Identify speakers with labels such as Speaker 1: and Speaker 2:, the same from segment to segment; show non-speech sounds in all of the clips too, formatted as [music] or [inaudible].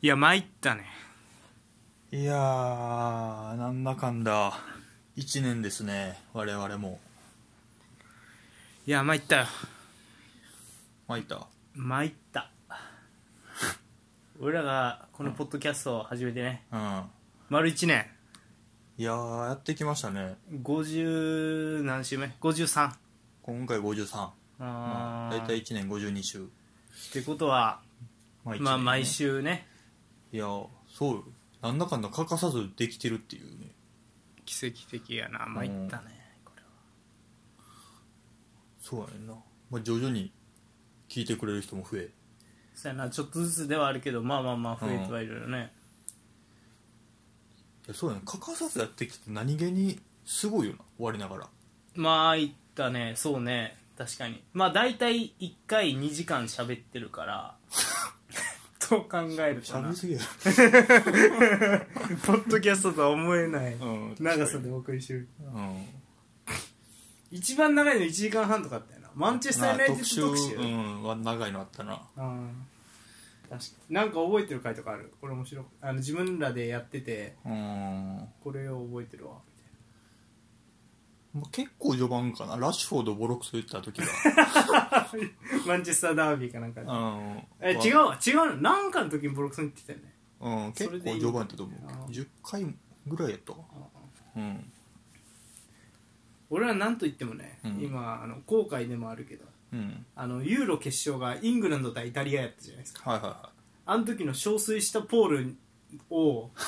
Speaker 1: いや参ったね
Speaker 2: いやーなんだかんだ1年ですね我々も
Speaker 1: いや参ったよ
Speaker 2: まいた
Speaker 1: 参った俺らがこのポッドキャストを始めてね
Speaker 2: うん
Speaker 1: 丸1年
Speaker 2: いやーやってきましたね
Speaker 1: 50何週目53
Speaker 2: 今回53
Speaker 1: あー
Speaker 2: 大体1年52週
Speaker 1: ってことは、
Speaker 2: まあ
Speaker 1: まあ毎
Speaker 2: 週
Speaker 1: 週ね
Speaker 2: いやーそうよなんだかんだ欠かさずできてるっていうね
Speaker 1: 奇跡的やな参ったねこれは
Speaker 2: そうやねんな、まあ、徐々に聞いてくれる人も増え
Speaker 1: そやなちょっとずつではあるけどまあまあまあ増えてはいるよね、
Speaker 2: いやそうやね欠かさずやってきて何気にすごいよな我ながら
Speaker 1: まあいったねそうね確かにまあ大体1回2時間喋ってるから [laughs] と考えると
Speaker 2: 喋
Speaker 1: な
Speaker 2: りすぎや
Speaker 1: ポッドキャストとは思えない
Speaker 2: ろ、 [laughs] うん
Speaker 1: [laughs] 長さでお送りしてる
Speaker 2: うん
Speaker 1: 一番長いの1時間半とかあったよなマンチェスター・ユナイテッド特集、
Speaker 2: まあうんは長いのあったな
Speaker 1: うん確かになんか覚えてる回とかあるこれ面白いあの自分らでやってて
Speaker 2: うん
Speaker 1: これを覚えてるわみたいな
Speaker 2: まあ結構序盤かなラッシュフォードボロクソ言ってた時が
Speaker 1: マンチェスターダービーかなんかで
Speaker 2: うん
Speaker 1: え違うわ違うのなんかの時にボロクソンって言ってたよね
Speaker 2: うん結
Speaker 1: それ
Speaker 2: 構
Speaker 1: でいい
Speaker 2: 序盤やったと思
Speaker 1: あ
Speaker 2: う
Speaker 1: ー
Speaker 2: 10回ぐらいやったかうん
Speaker 1: 俺はなんと言ってもね、
Speaker 2: うん
Speaker 1: 今あの後悔でもあるけど
Speaker 2: うん
Speaker 1: あのユーロ決勝がイングランド対イタリアやったじゃないですか
Speaker 2: はいはいは
Speaker 1: あの時の憔悴したポールを
Speaker 2: [laughs]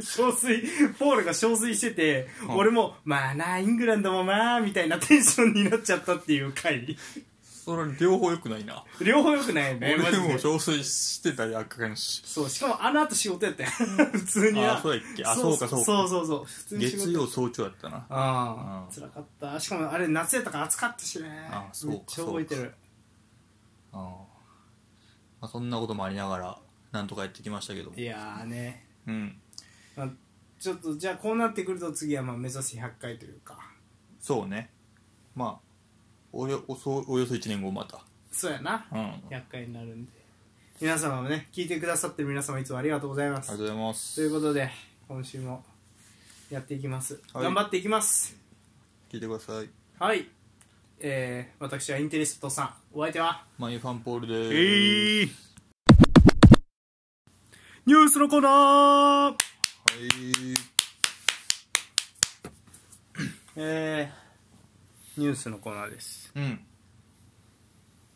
Speaker 1: 憔悴ポールが憔悴してて、
Speaker 2: うん
Speaker 1: 俺もまあなイングランドもまあみたいなテンションになっちゃったっていう回
Speaker 2: いそれ両方よくないな
Speaker 1: 両方よくないよね
Speaker 2: 俺
Speaker 1: マジ
Speaker 2: も
Speaker 1: で
Speaker 2: 憔悴してたやっかんし
Speaker 1: そうしかもあの後仕事やったよ普通にな
Speaker 2: あそうだっけあそうかそうか
Speaker 1: そうそうそう普通に仕事
Speaker 2: 月曜早朝やったな
Speaker 1: あ
Speaker 2: うん
Speaker 1: あ辛かったしかもあれ夏やったから暑かったしね
Speaker 2: あそうか
Speaker 1: めっちゃ覚えてる
Speaker 2: うんまあそんなこともありながらなんとかやってきましたけど
Speaker 1: いやーね、
Speaker 2: うん
Speaker 1: まあ、ちょっとじゃあこうなってくると次はまあ目指す100回というか
Speaker 2: そうねまあおよおそおよそ1年後また
Speaker 1: そうやな
Speaker 2: うんあり
Speaker 1: 100回になるんで皆様もね聞いてくださってる皆様いつもありがとうございま
Speaker 2: がと
Speaker 1: す
Speaker 2: うございま
Speaker 1: と
Speaker 2: す
Speaker 1: いうことで今週もやっていきます、
Speaker 2: はい
Speaker 1: 頑張っていきます
Speaker 2: 聞いてください
Speaker 1: はいえー、私はインテリストさんお相手は
Speaker 2: マイファンポールでーす、
Speaker 1: ーニュースのコーナー
Speaker 2: はい
Speaker 1: えー、ニュースのコーナーです
Speaker 2: うん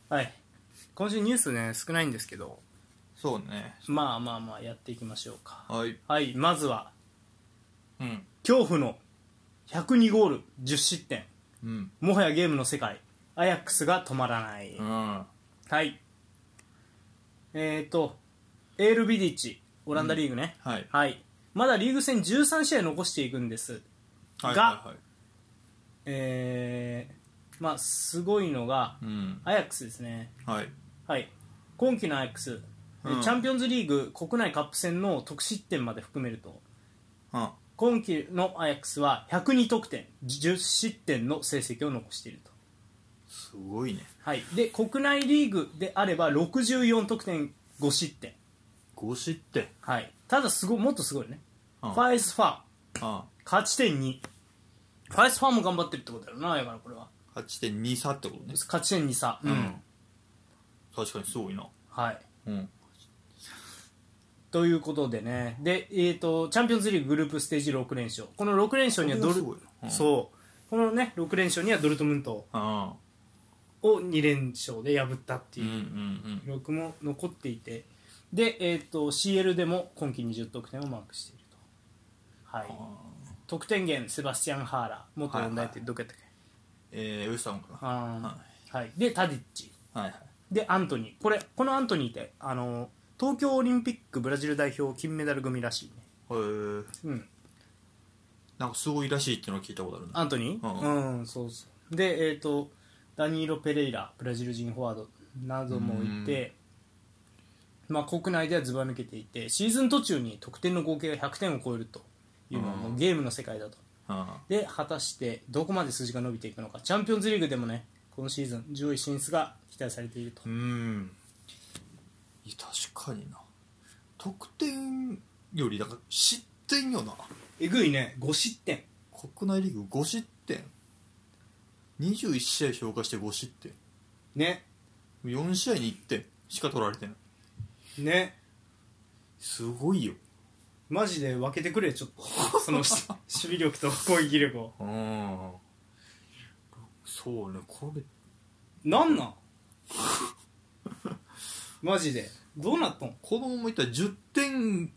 Speaker 1: はい今週ニュースね少ないんですけど
Speaker 2: そうね
Speaker 1: まあまあまあやっていきましょうか
Speaker 2: はい
Speaker 1: はいまずは
Speaker 2: うん
Speaker 1: 恐怖の102ゴール10失点
Speaker 2: うん
Speaker 1: もはやゲームの世界アヤックスが止まらない、
Speaker 2: うん
Speaker 1: はいえーとエール・ビディッチオランダリーグね、
Speaker 2: はい
Speaker 1: はいまだリーグ戦13試合残していくんです
Speaker 2: はい
Speaker 1: が
Speaker 2: はいはい
Speaker 1: えー、まあすごいのが
Speaker 2: うん
Speaker 1: アヤックスですね
Speaker 2: はい
Speaker 1: はい、今季のアヤックス、
Speaker 2: うん
Speaker 1: チャンピオンズリーグ国内カップ戦の得失点まで含めると
Speaker 2: うん
Speaker 1: 今季のアヤックスは102得点10失点の成績を残していると、
Speaker 2: すごいね
Speaker 1: はい、で国内リーグであれば64得点5失点、
Speaker 2: 5失点
Speaker 1: はい、ただすごいもっとすごいね、
Speaker 2: うん
Speaker 1: ファイスファー
Speaker 2: あ
Speaker 1: 勝ち点2ファイスファーも頑張ってるってことだよなやからこれは
Speaker 2: 8.2差ってことね
Speaker 1: 勝ち点2差、うん
Speaker 2: 確かにすごいな
Speaker 1: はい、
Speaker 2: うん
Speaker 1: ということでねで、えー、とチャンピオンズリーググループステージ6連勝この6連勝にはドル
Speaker 2: これはすごいなうん
Speaker 1: そうこのね6連勝にはドルトムント
Speaker 2: あ
Speaker 1: を2連勝で破ったって
Speaker 2: うんう
Speaker 1: いうん記録も残っていてで、えー、と CL でも今季20得点をマークしていると、はい、
Speaker 2: うん
Speaker 1: 得点源セバスチャン・ハーラー元問題って
Speaker 2: はいはい
Speaker 1: どこやったっけ、
Speaker 2: えーウエスタンかな
Speaker 1: あーはい、でタディッチ
Speaker 2: はいはい
Speaker 1: でアントニーこれこのアントニーってあの東京オリンピックブラジル代表金メダル組らしいね
Speaker 2: へー
Speaker 1: うん
Speaker 2: なんかすごいらしいっていうのを聞いたことあるな
Speaker 1: アントニー
Speaker 2: う
Speaker 1: うん、そうそうでえっ、とダニーロ・ペレイラブラジル人フォワードなどもいて、まあ、国内ではずば抜けていてシーズン途中に得点の合計が100点を超えるというのはもう
Speaker 2: うん
Speaker 1: ゲームの世界だと
Speaker 2: うん
Speaker 1: で果たしてどこまで数字が伸びていくのかチャンピオンズリーグでもねこのシーズン上位進出が期待されていると
Speaker 2: うんいや確かにな得点よりだから失点よな
Speaker 1: えぐいね5失点
Speaker 2: 国内リーグ5失点21試合消化して5失点
Speaker 1: ね
Speaker 2: 4試合に1点しか取られてない
Speaker 1: ね
Speaker 2: すごいよ
Speaker 1: マジで分けてくれちょっとその [laughs] し守備力と攻撃力を
Speaker 2: うんそうねこれ
Speaker 1: なんなんマジでどうなったん
Speaker 2: 子供もいったら10点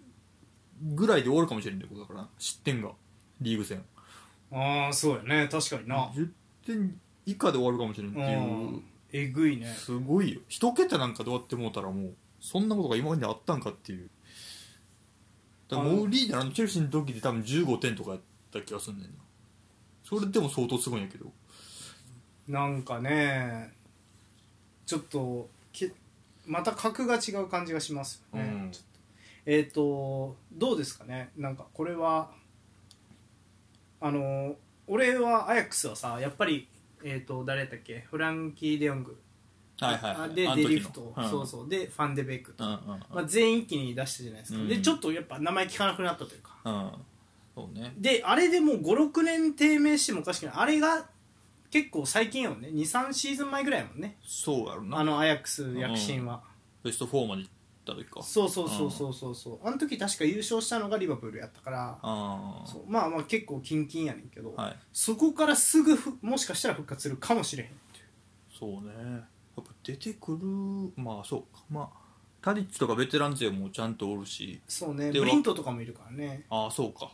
Speaker 2: ぐらいで終わるかもしれないってことだからな失点がリーグ戦
Speaker 1: ああそうやね確かにな
Speaker 2: 10点以下で終わるかもしれんって
Speaker 1: う
Speaker 2: いうん
Speaker 1: えぐいね
Speaker 2: すごいよ一桁なんかで終わってもうたらもうそんなことが今まであったんかっていうだから
Speaker 1: あの
Speaker 2: モーリーナのチェルシーの時で多分15点とかやった気がすんねんなそれでも相当すごいんやけど
Speaker 1: なんかねちょっとけまた格が違う感じがしますよね、
Speaker 2: うん
Speaker 1: ちょっとえっ、とどうですかねなんかこれはあの俺はアヤックスはさやっぱりえっ、と誰だったっけフランキー・デヨング、
Speaker 2: はいはい、はい、
Speaker 1: で
Speaker 2: あの
Speaker 1: デ
Speaker 2: 時の
Speaker 1: リフト、
Speaker 2: うん、
Speaker 1: そうそうでファンデベイクと、
Speaker 2: うんうん
Speaker 1: まあ、全員一気に出したじゃないですか、
Speaker 2: うん
Speaker 1: でちょっとやっぱ名前聞かなくなったというか
Speaker 2: うん、うん、そうね
Speaker 1: であれでもう56年低迷してもおかしくないあれが結構最近やもんね23シーズン前ぐらいやもんね
Speaker 2: そうやろな
Speaker 1: あのアヤックス躍進は、
Speaker 2: ベスト4まで行った時か
Speaker 1: そうそうそうそうそうそうあの時確か優勝したのがリバプールやったから
Speaker 2: あ
Speaker 1: そうまあまあ結構キンキンやねんけど、
Speaker 2: あはい
Speaker 1: そこからすぐふもしかしたら復活するかもしれへん
Speaker 2: そうねやっぱ出てくるまあそうかまあタリッチとかベテラン勢もちゃんとおるし
Speaker 1: そうね
Speaker 2: で
Speaker 1: ブリントとかもいるからね
Speaker 2: ああそうか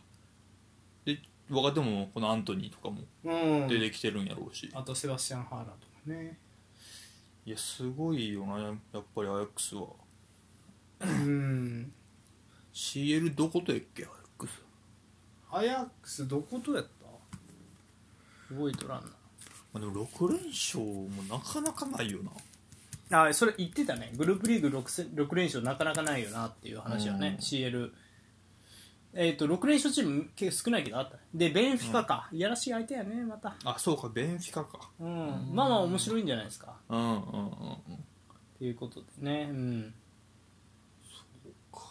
Speaker 2: で若手もこのアントニーとかも
Speaker 1: うん
Speaker 2: 出てきてるんやろうし、
Speaker 1: あとセバスチャン・ハーラーとかね
Speaker 2: いやすごいよなやっぱりアヤックスは
Speaker 1: うん
Speaker 2: CL どことやっけアヤックス
Speaker 1: アヤックスどことやった動いとらん
Speaker 2: まあでも6連勝もなかなかないよな
Speaker 1: なあそれ言ってたねグループリーグ 6, 戦6連勝なかなかないよなっていう話はね、
Speaker 2: うん
Speaker 1: CL えっ、と6連勝チーム結構少ないけどあったねでベンフィカか、いやらしい相手やねまた
Speaker 2: あそうかベンフィカか
Speaker 1: うん、まあまあ面白いんじゃないですか
Speaker 2: うんうんうんうん
Speaker 1: っていうことでねうん
Speaker 2: こ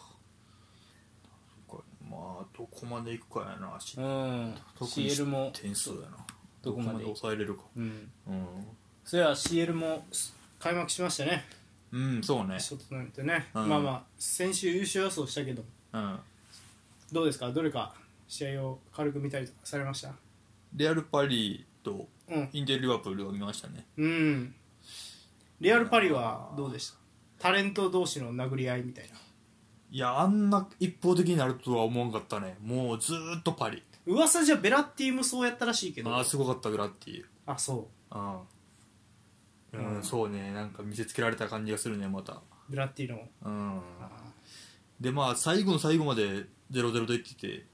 Speaker 2: れまあどこまでいくかやなし
Speaker 1: うん
Speaker 2: 特に
Speaker 1: CL も
Speaker 2: 点数やな
Speaker 1: どこまで
Speaker 2: 抑えれるか
Speaker 1: うん
Speaker 2: うん
Speaker 1: それは CL も開幕しましたね
Speaker 2: うんそうね
Speaker 1: ショートトーナメントね、
Speaker 2: うん
Speaker 1: まあまあ先週優勝予想したけど
Speaker 2: うん
Speaker 1: どうですかどれか試合を軽く見たりとかされました
Speaker 2: レアルパリと
Speaker 1: うん
Speaker 2: インテルリバプールを見ましたね
Speaker 1: うんレアルパリはどうでしたタレント同士の殴り合いみたいない
Speaker 2: やあんな一方的になるとは思わんかったねもうずーっとパリ
Speaker 1: 噂じゃベラッティもそうやったらしいけど
Speaker 2: ああすごかったグラッティ
Speaker 1: あそ
Speaker 2: うん、うん
Speaker 1: うん
Speaker 2: そうねなんか見せつけられた感じがするねまた
Speaker 1: うベラッティの
Speaker 2: うん
Speaker 1: あ
Speaker 2: でまあ最後の最後まで0-0といってて、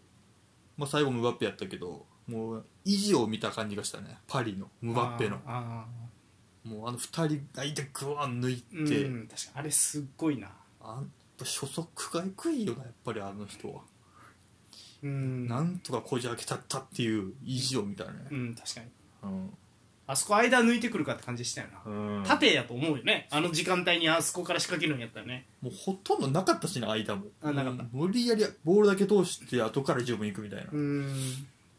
Speaker 2: まあ、最後ムバッペやったけどもう意地を見た感じがしたねパリのムバッペの
Speaker 1: あ
Speaker 2: もうあの2人相手グワン抜い
Speaker 1: ー
Speaker 2: て、
Speaker 1: うん確かにあれすっごいな
Speaker 2: あんやっぱ初速がえくいよなやっぱりあの人は、
Speaker 1: うん
Speaker 2: なんとかこじ開けたったっていう意地を見たね
Speaker 1: うん確かに
Speaker 2: うん、
Speaker 1: あそこ間抜いてくるかって感じしたよな、
Speaker 2: うん、
Speaker 1: 縦やと思うよねあの時間帯にあそこから仕掛けるんやったらね
Speaker 2: もうほとんどなかったしね間も
Speaker 1: あなかった
Speaker 2: うん無理やりボールだけ通して後から十分いくみたいな、
Speaker 1: うん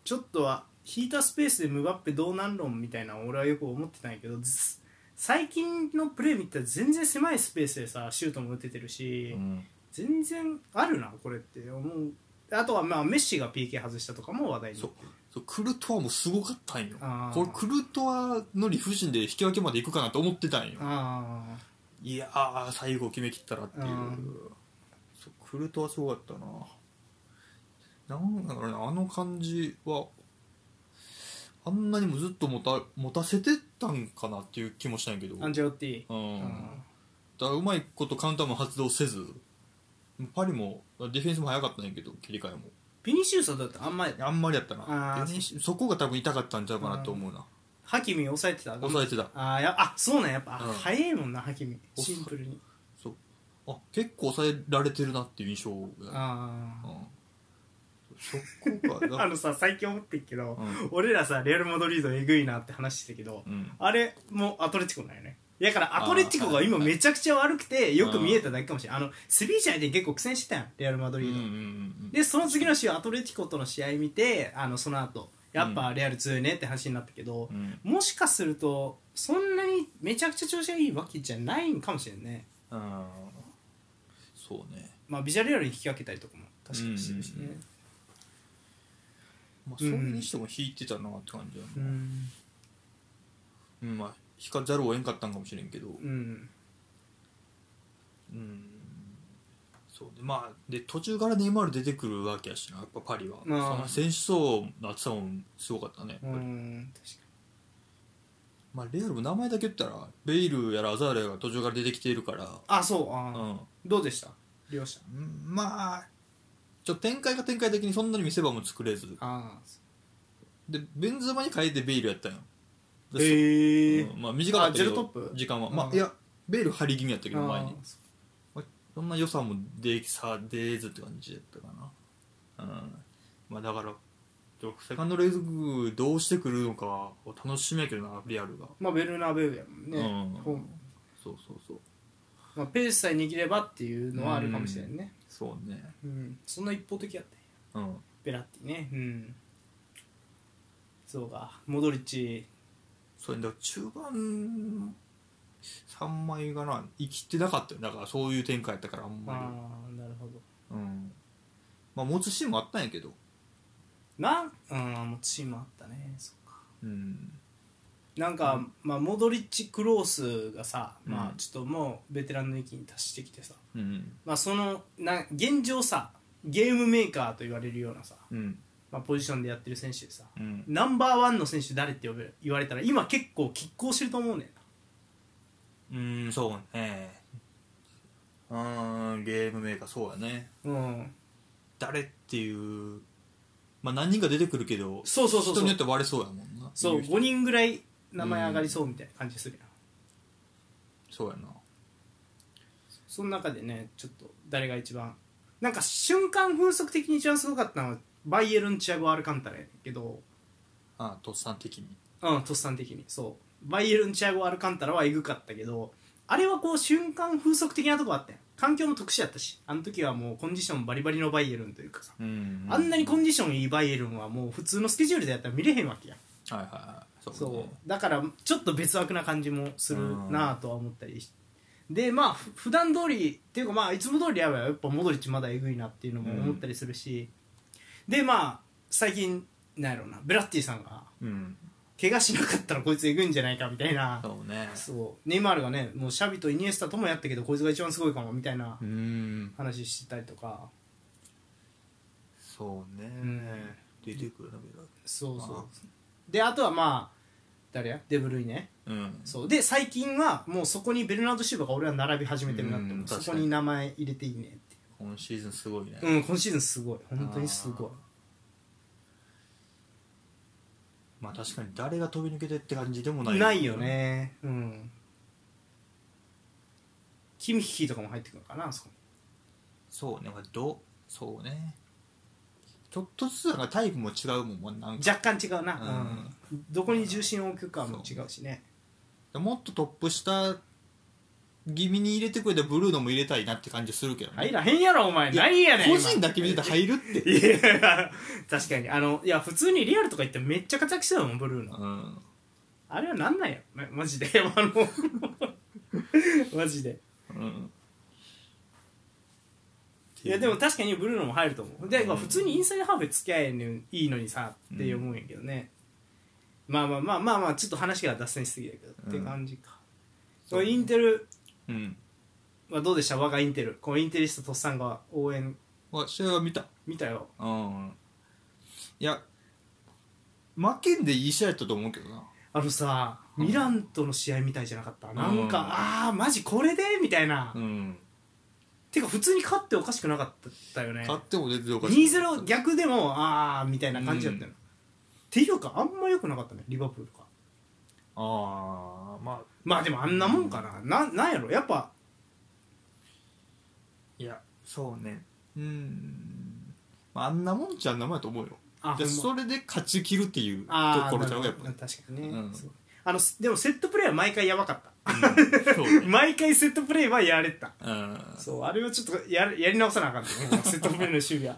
Speaker 1: ちょっとは引いたスペースでムバッペどうなん論みたいなの俺はよく思ってたんやけどず最近のプレー見たら全然狭いスペースでさシュートも打ててるし、
Speaker 2: うん
Speaker 1: 全然あるなこれって思うあとはまあメッシが PK 外したとかも話題に
Speaker 2: そうそうクルトワもすごかったんよ
Speaker 1: あー
Speaker 2: これクルトワの理不尽で引き分けまでいくかなと思ってたんよ
Speaker 1: あ
Speaker 2: いやー最後決めきったらっていう
Speaker 1: うん
Speaker 2: そうクルトワすごかったななんだろうねあの感じはあんなにもずっと持た持たせてたんかなっていう気もしたんやけど
Speaker 1: あアンジェロッティ
Speaker 2: うん
Speaker 1: うん
Speaker 2: だからうまいことカウンターも発動せずパリもディフェンスも早かったんやけど切り替えも
Speaker 1: ビニシウスはだってあんまり
Speaker 2: あんまりやったな
Speaker 1: あー
Speaker 2: ベニシそこが多分痛かったんちゃうかなと思うな
Speaker 1: ハキミ抑えてた
Speaker 2: 抑えてた
Speaker 1: あーやあそうなんやっぱ、
Speaker 2: うん
Speaker 1: 早いもんなハキミシンプルに
Speaker 2: そうあ結構抑えられてるなっていう印象が
Speaker 1: あ
Speaker 2: う
Speaker 1: ー
Speaker 2: んそこ
Speaker 1: [laughs]
Speaker 2: が
Speaker 1: あのさ最近思ってんけど、 [laughs]
Speaker 2: うん
Speaker 1: 俺らさレアル・マドリードえぐいなって話してたけど、
Speaker 2: うん
Speaker 1: あれもアトレティコなんよねだからアトレティコが今めちゃくちゃ悪くてよく見えただけかもしれないあのスビーチャで結構苦戦してたんレアル・マド
Speaker 2: うん
Speaker 1: リ
Speaker 2: う
Speaker 1: ー
Speaker 2: ん
Speaker 1: ド、
Speaker 2: うん
Speaker 1: でその次の週アトレティコとの試合見てあのその後やっぱレアル強いねって話になったけど
Speaker 2: う、ん
Speaker 1: もしかするとそんなにめちゃくちゃ調子がいいわけじゃないんかもしれないね、
Speaker 2: うんそうね
Speaker 1: まあ、ビジャレアルに引き分けたりとかも確かにしてるし
Speaker 2: うんうん
Speaker 1: ね
Speaker 2: まあそれにしても引いてたなって感じだな、
Speaker 1: うん
Speaker 2: うんまあ引かざるを得んかったんかもしれんけど
Speaker 1: うん
Speaker 2: うんそうでまあで途中からネイマール出てくるわけやしなやっぱパリは、
Speaker 1: まあ
Speaker 2: その選手層の厚さもすごかったね、
Speaker 1: う
Speaker 2: やっぱり
Speaker 1: ん確か
Speaker 2: まあ、レアルも名前だけ言ったらベイルやらアザーレが途中から出てきているから、
Speaker 1: にあそうあー、
Speaker 2: うん、
Speaker 1: どうでした両者
Speaker 2: まあちょっと展開が展開的にそんなに見せ場も作れず
Speaker 1: あ
Speaker 2: でベンズマに変えてベイルやったんよ
Speaker 1: あ
Speaker 2: で
Speaker 1: へえ
Speaker 2: うんまあ、短かったけ
Speaker 1: あ
Speaker 2: ど
Speaker 1: ゼロトップ
Speaker 2: 時間は、ま
Speaker 1: うん
Speaker 2: あいやベイル張り気味やったけど前
Speaker 1: あ
Speaker 2: にそんな良さも出さ出ずって感じやったかなうんまあだからセカンドレグどうしてくるのかを楽しみやけどなリアルが
Speaker 1: まあベルナベウやもんね、
Speaker 2: うん
Speaker 1: ホーム
Speaker 2: そうそうそう
Speaker 1: まあ、ペースさえ握ればっていうのはあるかもしれないね、
Speaker 2: そうね
Speaker 1: うんそんな一方的やったんや
Speaker 2: うん
Speaker 1: ベラッティねうんそうかモドリッチ
Speaker 2: それだから中盤3枚がな生きてなかったよだからそういう展開やったからあん
Speaker 1: あ
Speaker 2: ま
Speaker 1: あなるほど
Speaker 2: りうんまあ持つシーンもあったんやけど
Speaker 1: なうんもうチームあったねそうか
Speaker 2: うん
Speaker 1: なんか、まあ、モドリッチクロースがさ、ま
Speaker 2: う
Speaker 1: あ
Speaker 2: ん
Speaker 1: ちょっともうベテランの域に達してきてさ
Speaker 2: うん
Speaker 1: まあそのな現状さゲームメーカーと言われるようなさ、
Speaker 2: うん
Speaker 1: まあ、ポジションでやってる選手でさ
Speaker 2: うん
Speaker 1: ナンバーワンの選手誰って呼べ言われたら今結構拮抗してると思うねんな
Speaker 2: うんそうねうんゲームメーカーそうやね
Speaker 1: うん、
Speaker 2: 誰っていうまあ何人か出てくるけど
Speaker 1: そうそうそう
Speaker 2: 人
Speaker 1: そう
Speaker 2: によって割れそうやもんな
Speaker 1: そう
Speaker 2: 言人
Speaker 1: 5人ぐらい名前上がりそうみたいな感じするやん、
Speaker 2: そうやな
Speaker 1: その中でねちょっと誰が一番なんか瞬間風速的に一番すごかったのはバイエルン・チアゴ・アルカンタラやねんけど
Speaker 2: あとっさん的に
Speaker 1: うんとっさん的にそうバイエルン・チアゴ・アルカンタラはエグかったけどあれはこう瞬間風速的なとこあったやん環境も特殊やったしあの時はもうコンディションバリバリのバイエルンというかさ
Speaker 2: うん
Speaker 1: あんなにコンディションいいバイエルンはもう普通のスケジュールでやったら見れへんわけやん
Speaker 2: はいはいはいそう,、ね、
Speaker 1: そうだからちょっと別枠な感じもするなぁとは思ったりしでまあふ普段通りっていうかまあいつも通りやればやっぱモドリッチまだえぐいなっていうのも思ったりするし、でまあ最近なんやろうなブラッティさんが
Speaker 2: うん
Speaker 1: 怪我しなかったらこいつえぐいんじゃないかみたいな
Speaker 2: そうね
Speaker 1: そうネイマールがねもうシャビとイニエスタともやったけどこいつが一番すごいかもみたいな
Speaker 2: うん
Speaker 1: 話してたりとか
Speaker 2: そうね、
Speaker 1: ん
Speaker 2: 出てくるなベラ
Speaker 1: そうそう
Speaker 2: あ
Speaker 1: であとはまあ誰やデブルイね
Speaker 2: うん
Speaker 1: そうで最近はもうそこにベルナード・シューバーが俺は並び始めてるなって思
Speaker 2: う
Speaker 1: うんそ
Speaker 2: 確かに
Speaker 1: こに名前入れていいねって
Speaker 2: 今シーズンすごいね、
Speaker 1: うん今シーズンすごい本当にすごい
Speaker 2: まあ確かに誰が飛び抜けてって感じでもない
Speaker 1: ないよねうんキミッヒーとかも入ってくるのかなあそこ
Speaker 2: そうねまあどそうねちょっとずつなんかタイプも違うもんなんか
Speaker 1: 若干違うな、うんどこに重心を置くかも違うしね
Speaker 2: もっとトップ下気味に入れてくれたブルーノも入れたいなって感じするけどね
Speaker 1: 入らへんやろお前
Speaker 2: いや
Speaker 1: 何やねん
Speaker 2: 個
Speaker 1: 今
Speaker 2: 人だけ見てたら入るって
Speaker 1: いや [laughs] 確かにあのいや普通にリアルとか言ってめっちゃ活躍してたもんブルーの
Speaker 2: うん
Speaker 1: あれはなんなんやろねマジで [laughs] あのマジで
Speaker 2: うん
Speaker 1: いやでも確かにブルーノも入ると思うで、まあ
Speaker 2: うん
Speaker 1: 普通にインサイドハーフで付き合えんのいいのにさって思うんやけどね、まあまあまあまあまあちょっと話が脱線しすぎだけど、
Speaker 2: うん
Speaker 1: って感じか
Speaker 2: そう
Speaker 1: インテル
Speaker 2: うん
Speaker 1: はどうでした我がインテルこのインテリストとっさんが応援
Speaker 2: あ試合は見た
Speaker 1: 見たよ
Speaker 2: うんいや負けんでいい試合だったと思うけどな
Speaker 1: あのさ
Speaker 2: うん
Speaker 1: ミランとの試合みたいじゃなかった、なん
Speaker 2: う
Speaker 1: か
Speaker 2: ん
Speaker 1: ああマジこれでみたいな、
Speaker 2: うん
Speaker 1: てか普通に勝っておかしくなかったよね
Speaker 2: 勝っても出てよかった
Speaker 1: 2-0逆でもああみたいな感じだったよ、っていうかあんま良くなかったねリバプールが
Speaker 2: ああまあ
Speaker 1: まあでもあんなもんかな、ななんやろやっぱ
Speaker 2: いやそうねうん、まあ、あんなもんじゃあんなもんやと思うよ
Speaker 1: あ
Speaker 2: で
Speaker 1: ほんま
Speaker 2: それで勝ち切るっていうと
Speaker 1: あー
Speaker 2: ころちゃう
Speaker 1: な
Speaker 2: や
Speaker 1: る
Speaker 2: っ
Speaker 1: ほ
Speaker 2: ぱ
Speaker 1: ど確かにね、
Speaker 2: うん
Speaker 1: そうあのすでもセットプレーは毎回やばかった [laughs]
Speaker 2: そうね
Speaker 1: 毎回セットプレーはやれた
Speaker 2: うん
Speaker 1: そうあれはちょっとややり直さなあかん
Speaker 2: [laughs]
Speaker 1: と思うセットプレーの守備は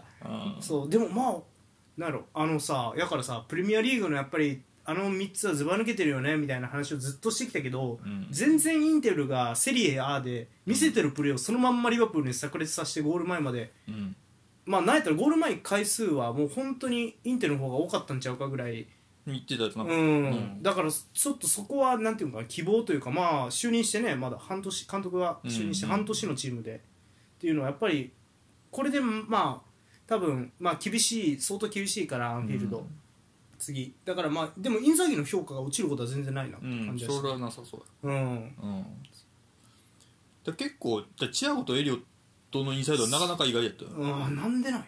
Speaker 2: うん
Speaker 1: そうでもまあなんやろあのさやからさプレミアリーグのやっぱりあの3つはずば抜けてるよねみたいな話をずっとしてきたけど、
Speaker 2: うん
Speaker 1: 全然インテルがセリエ A で見せてるプレーをそのまんまリバプールに炸裂させてゴール前まで
Speaker 2: うん
Speaker 1: まあなんやったらゴール前回数はもう本当にインテルの方が多かったんちゃうかぐらい
Speaker 2: 言ってたよな
Speaker 1: うん、
Speaker 2: うん
Speaker 1: だからちょっとそこはなんていうのかな希望というかまあ就任してねまだ半年監督が就任して
Speaker 2: うんうん
Speaker 1: 半年のチームで、っていうのはやっぱりこれでまあ多分まあ厳しい相当厳しいからアンフィールド、
Speaker 2: うん
Speaker 1: 次だからまあでもインザギの評価が落ちることは全然ないなって
Speaker 2: う
Speaker 1: 感
Speaker 2: ん
Speaker 1: じ
Speaker 2: そ
Speaker 1: がし
Speaker 2: れはなさそう
Speaker 1: たうん
Speaker 2: うんだ結構じゃあチアゴとエリオットのインサイドはなかなか意外やったよ
Speaker 1: あーなんでなんや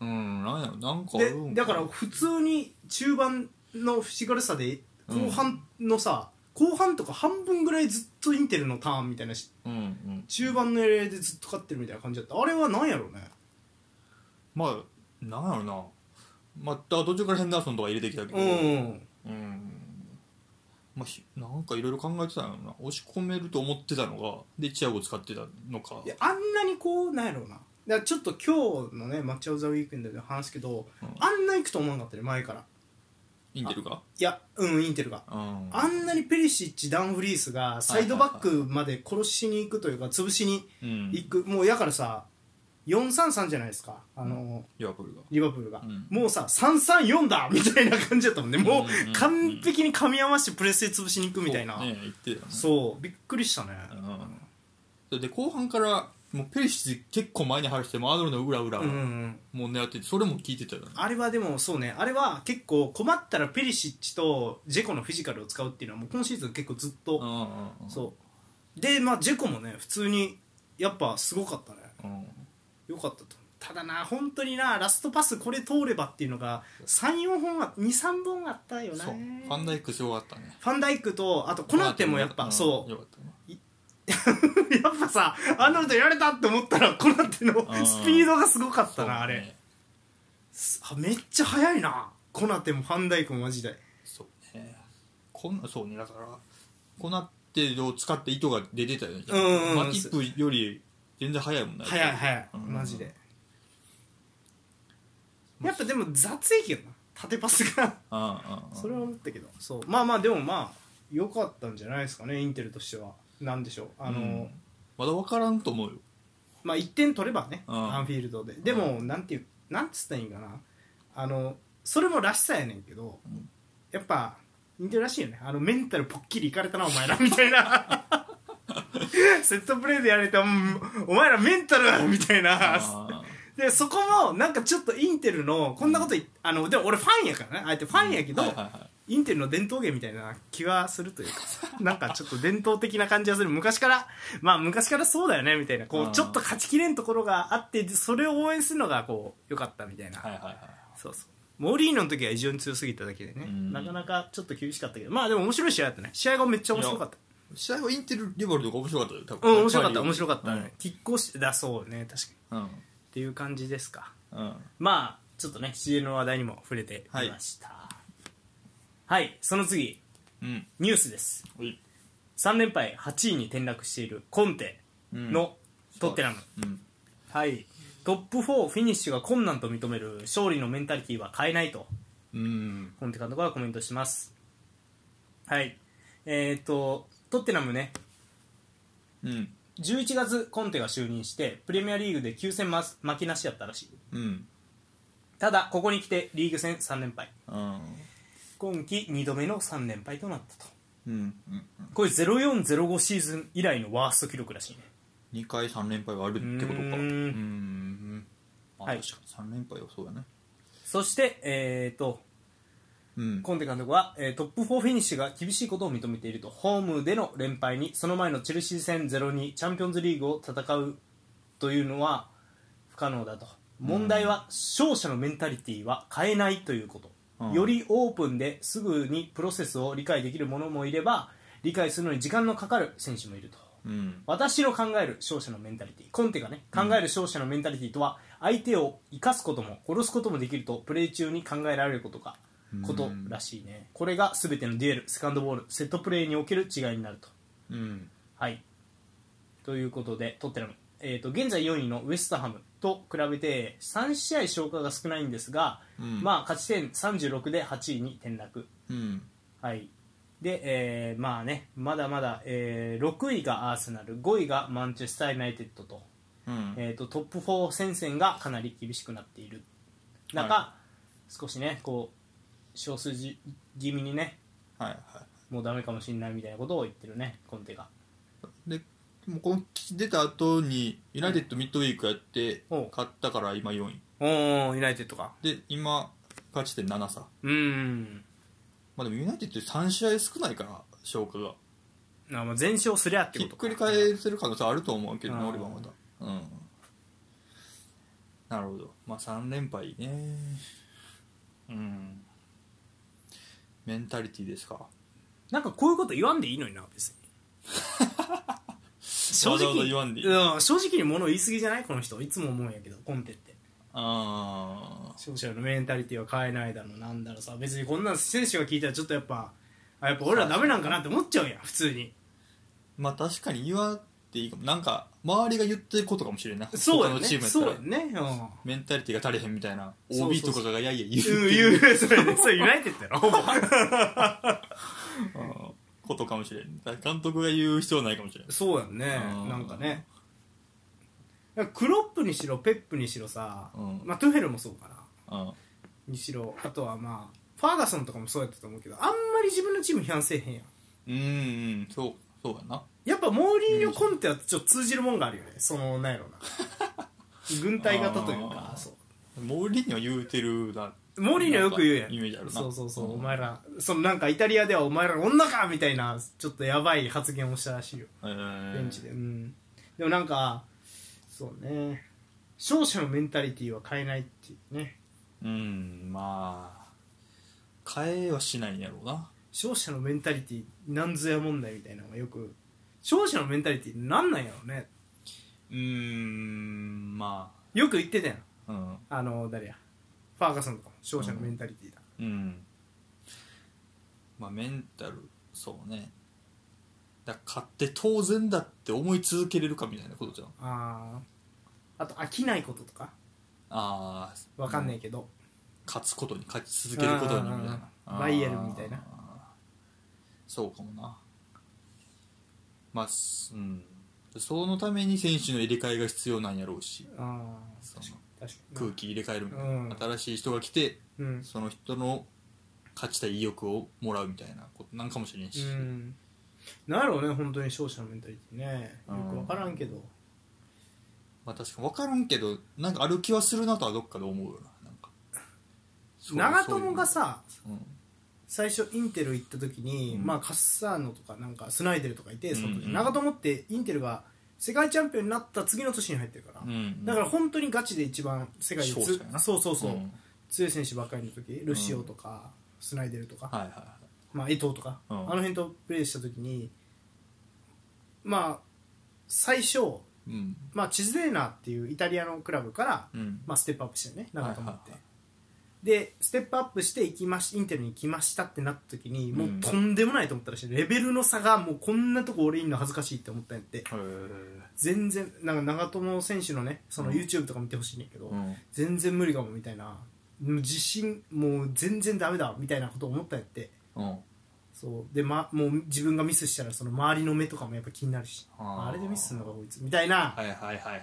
Speaker 2: うんなんやなんかあ
Speaker 1: で
Speaker 2: るん
Speaker 1: だから普通に中盤のフィジカルさで後半のさ、後半とか半分ぐらいずっとインテルのターンみたいなし
Speaker 2: うんうん
Speaker 1: 中盤のエリアでずっと勝ってるみたいな感じだったあれはなんやろうね
Speaker 2: まあなんやろなまあだから途中からヘンダーソンとか入れてきたけど
Speaker 1: うん
Speaker 2: うんまあ、ひなんかいろいろ考えてたのな押し込めると思ってたのがでチアゴ使ってたのか
Speaker 1: いやあんなにこうなんやろうなだからちょっと今日のねマッチ・オブ・ザ・ウィークエンドで話すけど、
Speaker 2: うん
Speaker 1: あんな行くと思わなかったね前から
Speaker 2: インテルが
Speaker 1: いやうんインテルが
Speaker 2: うん
Speaker 1: あんなにペリシッチダンフリースがサイドバックまで殺しに行くというか潰しに
Speaker 2: うん
Speaker 1: 行く、もうやからさ433じゃないですかあの、
Speaker 2: リバプールが
Speaker 1: リバプールが、
Speaker 2: うん
Speaker 1: もうさ334だ [laughs] みたいな感じだったもんねも
Speaker 2: うんうんうん
Speaker 1: う完璧に噛み合わせてプレスで潰しに行くみたいな、
Speaker 2: そうね言ってたよね
Speaker 1: そうびっくりしたね、
Speaker 2: うんで後半からもうペリシッチ結構前に入してもアドルの裏裏
Speaker 1: うんうんうん
Speaker 2: もう狙っててそれも聞いてたよね
Speaker 1: あれはでもそうねあれは結構困ったらペリシッチとジェコのフィジカルを使うっていうのはもう今シーズン結構ずっ
Speaker 2: うん
Speaker 1: と、
Speaker 2: うんうん
Speaker 1: そうでまあジェコもね普通にやっぱすごかったね
Speaker 2: うん
Speaker 1: よかったとただな本当になラストパスこれ通ればっていうのが34本は23本あったよね
Speaker 2: そうファンダイクすごかったね
Speaker 1: ファンダイクとあとコナテもやっ
Speaker 2: う
Speaker 1: ぱ
Speaker 2: ん
Speaker 1: そう
Speaker 2: よかったね
Speaker 1: [laughs] やっぱさアーノルドやれたって思ったらコナテの
Speaker 2: うん
Speaker 1: スピードがすごかった
Speaker 2: そうね
Speaker 1: なあれすあめっちゃ速いなコナテもファンダイクもマジで
Speaker 2: そうねこんなそうねだからこうなってるを使って糸が出てたよね
Speaker 1: うんうんうん
Speaker 2: マティップより全然早いもんね
Speaker 1: 速い速い
Speaker 2: うん
Speaker 1: マジでやっぱでも雑いけどな縦パスが
Speaker 2: うんうんうん
Speaker 1: それは思ったけどそうまあまあでもまあ良かったんじゃないですかねインテルとしてはなんでしょうあの、
Speaker 2: うんまだ分からんと思うよ
Speaker 1: まあ1点取ればね、
Speaker 2: うん
Speaker 1: アンフィールドででも、なんていうなんつったらいいんかなあのそれもらしさやねんけど、
Speaker 2: ん
Speaker 1: やっぱ似てるらしいよねあのメンタルポッキリいかれたなお前らみ [laughs] たいな
Speaker 2: [laughs]
Speaker 1: セットプレーでやれたうんお前らメンタルみたいな
Speaker 2: あ
Speaker 1: でそこもなんかちょっとインテルのこんなことい、あのでも俺ファンやからねあえてファンやけ
Speaker 2: ー
Speaker 1: ど、
Speaker 2: はいはいはい
Speaker 1: インテルの伝統芸みたいな気はするというか [laughs] なんかちょっと伝統的な感じはする昔からまあ昔からそうだよねみたいなこ
Speaker 2: うん
Speaker 1: うちょっと勝ちきれんところがあってでそれを応援するのがこう良かったみたいな、
Speaker 2: はいはいはい
Speaker 1: そうそうモーリーノの時は異常に強すぎただけでね
Speaker 2: うん
Speaker 1: なかなかちょっと厳しかったけどまあでも面白い試合だったね試合がめっちゃ面白かった
Speaker 2: 試合はインテルリバルとか面白かったよ多
Speaker 1: うん面白かった面白かった
Speaker 2: う
Speaker 1: ね
Speaker 2: ん
Speaker 1: 拮抗してだそうね確かに
Speaker 2: うん
Speaker 1: っていう感じですか
Speaker 2: うん
Speaker 1: まあちょっとね CL の話題にも触れてみましたはい、その次
Speaker 2: うん
Speaker 1: ニュースです
Speaker 2: はい
Speaker 1: 3連敗8位に転落しているコンテのトッテナム、
Speaker 2: うん
Speaker 1: はい、トップ4フィニッシュが困難と認める勝利のメンタリティは変えないと
Speaker 2: うん
Speaker 1: コンテ監督はコメントしますはいえっ、とトッテナムね
Speaker 2: うん
Speaker 1: 11月コンテが就任してプレミアリーグで9戦負負けなしだったらしい
Speaker 2: うん
Speaker 1: ただここに来てリーグ戦3連敗
Speaker 2: うん
Speaker 1: 今季2度目の3連敗となったと
Speaker 2: うんうん
Speaker 1: これ0405シーズン以来のワースト記録らしいね
Speaker 2: 2回3連敗があるってことか
Speaker 1: うーん
Speaker 2: うんまあ
Speaker 1: はい
Speaker 2: 確かに3連敗はそうだね
Speaker 1: そしてえっ、と
Speaker 2: うん
Speaker 1: コンテ監督は、えートップ4フィニッシュが厳しいことを認めているとホームでの連敗にその前のチェルシー戦0-2チャンピオンズリーグを戦うというのは不可能だと問題は勝者のメンタリティは変えないということ、
Speaker 2: うん
Speaker 1: よりオープンですぐにプロセスを理解できる者もいれば理解するのに時間のかかる選手もいると
Speaker 2: うん
Speaker 1: 私の考える勝者のメンタリティコンテがね考える勝者のメンタリティとは相手を生かすことも殺すこともできるとプレー中に考えられることがことらしいねこれが全てのデュエルセカンドボールセットプレーにおける違いになると
Speaker 2: うん
Speaker 1: はい。ということで、トッテナム。えー、と現在4位のウェストハムと比べて3試合消化が少ないんですが、
Speaker 2: うん
Speaker 1: まあ、勝ち点36で8位に転落、
Speaker 2: うん
Speaker 1: はいでえーまあね、まだまだ、えー6位がアーセナル5位がマンチェスター・ユナイテッドと,、
Speaker 2: うん
Speaker 1: えー、とトップ4戦線がかなり厳しくなっている中、
Speaker 2: は
Speaker 1: 少しねこう少数じ気味にね
Speaker 2: はいは
Speaker 1: もうダメかもしれないみたいなことを言ってるねコンテが。
Speaker 2: いでもうこの出た後にユナイテッドミッドウィークやって
Speaker 1: おう
Speaker 2: 勝ったから今4位
Speaker 1: おユナイテッドか
Speaker 2: で今勝ち点7さ
Speaker 1: うーん
Speaker 2: まあでもユナイテッド3試合少ないから消化が
Speaker 1: あまあ全勝すりゃって
Speaker 2: ひ
Speaker 1: こ
Speaker 2: っ
Speaker 1: と
Speaker 2: く
Speaker 1: か
Speaker 2: り返せる可能性あると思うけどね
Speaker 1: うん
Speaker 2: 俺はまだうんなるほどまあ3連敗ねうんメンタリティですか
Speaker 1: なんかこういうこと言わんでいいのにな別に [laughs] 正
Speaker 2: わざ
Speaker 1: 直
Speaker 2: わざ言わんでいい
Speaker 1: うん正直に物を言い過ぎじゃないこの人いつも思うんやけどコンテって
Speaker 2: ああ
Speaker 1: 勝者のメンタリティは変えないだろうなんだろうさ別にこんなん選手が聞いたらちょっとやっぱあやっぱ俺らダメなんかなって思っちゃうやん普通に
Speaker 2: まあ確かに言わんっていいかもなんか周りが言ってることかもしれんない
Speaker 1: そうや
Speaker 2: 他
Speaker 1: ね
Speaker 2: のチームやった
Speaker 1: そう
Speaker 2: ら
Speaker 1: やねうん
Speaker 2: メンタリティが足りへんみたいな
Speaker 1: そうそう
Speaker 2: OB
Speaker 1: そう
Speaker 2: とかがいやいや言って
Speaker 1: うん
Speaker 2: る
Speaker 1: 言うそれねそれユナイテッドやろほぼ
Speaker 2: うんことかもしれんだから監督が言う必要はないかもしれん
Speaker 1: そうやんね
Speaker 2: うん
Speaker 1: なんかねクロップにしろペップにしろさ、
Speaker 2: うん
Speaker 1: まあ、トゥフェルもそうかな
Speaker 2: うん
Speaker 1: にしろあとはまあファーガソンとかもそうやったと思うけどあんまり自分のチーム批判せえへんやん
Speaker 2: うんうんそうそうやな
Speaker 1: やっぱモーリーニョコンテはちょっと通じるもんがあるよねそのなんやろな軍隊型というか
Speaker 2: あー
Speaker 1: そ
Speaker 2: モーリーニョ言うてるな
Speaker 1: うモーリーニョよく言うやん
Speaker 2: イメージあるな
Speaker 1: そうそうそう、
Speaker 2: うん
Speaker 1: お前らそのなんかイタリアではお前ら女かみたいなちょっとやばい発言をしたらしいよ
Speaker 2: えー
Speaker 1: ベンチでうんでもなんかそうね勝者のメンタリティーは変えないっていうね
Speaker 2: うんまあ変えはしないんやろうな
Speaker 1: 勝者のメンタリティなんぞや問題みたいなのがよく勝者のメンタリティなんなんやろうね
Speaker 2: うーんま
Speaker 1: よく言ってたやん
Speaker 2: あうん
Speaker 1: あの誰やファーガソンとかも勝者のメンタリティだ、
Speaker 2: うんまあメンタルそうねだから勝って当然だって思い続けれるかみたいなことじゃん
Speaker 1: あああと飽きないこととか
Speaker 2: ああ
Speaker 1: わかんないいけど、
Speaker 2: 勝つことに勝ち続けることにみたいな
Speaker 1: あーバイエルンみたいな
Speaker 2: あーそうかもなまあすうんそのために選手の入れ替えが必要なんやろうし
Speaker 1: あ
Speaker 2: そ
Speaker 1: あ
Speaker 2: の
Speaker 1: 確かに
Speaker 2: 空気入れ替えるみたいな、
Speaker 1: うん
Speaker 2: 新しい人が来て
Speaker 1: うん、
Speaker 2: その人の勝ちたい意欲をもらうみたいなことなんかもしれん
Speaker 1: う
Speaker 2: し、
Speaker 1: ん、なんやろうね本当に勝者のメンタリティねよくわからんけど
Speaker 2: まあ確かに分からんけどなんかある気はするなとはどっかで思うよななんかそう
Speaker 1: 長友がさ
Speaker 2: そういうの
Speaker 1: 最初インテル行った時に、
Speaker 2: うん
Speaker 1: まあ、カッサーノとかなんかスナイデルとかいてその時、
Speaker 2: うんうん
Speaker 1: 長友ってインテルが世界チャンピオンになった次の年に入ってるから、
Speaker 2: うん、うん
Speaker 1: だから本当にガチで一番世界で
Speaker 2: 勝
Speaker 1: つ
Speaker 2: 者やな
Speaker 1: そうそうそう、
Speaker 2: ん
Speaker 1: 強い選手ばっかりの時ルシオとか、スナイデルとか、
Speaker 2: はいはいは
Speaker 1: まあ、江藤とか、
Speaker 2: うん
Speaker 1: あの辺とプレーした時にまあ最初、
Speaker 2: いうん
Speaker 1: まあ、チズレーナーっていうイタリアのクラブから、
Speaker 2: うん
Speaker 1: まあ、ステップアップしたよね長友って、
Speaker 2: はいはいは
Speaker 1: でステップアップして行きましインテルに来ましたってなった時にもううんとんでもないと思ったらしいレベルの差がもうこんなとこ俺いんの恥ずかしいって思ったんやって
Speaker 2: へえ
Speaker 1: 全然なんか長友選手のねその
Speaker 2: うん
Speaker 1: YouTube とか見てほしいねんだけど、
Speaker 2: うん
Speaker 1: 全然無理かもみたいなもう自信もう全然ダメだみたいなことを思ったんやって
Speaker 2: うん
Speaker 1: そうで、ま、もう自分がミスしたらその周りの目とかもやっぱ気になるし
Speaker 2: あ
Speaker 1: あ
Speaker 2: ー
Speaker 1: れでミスするのかこいつみたいな
Speaker 2: はいはいはいはいはい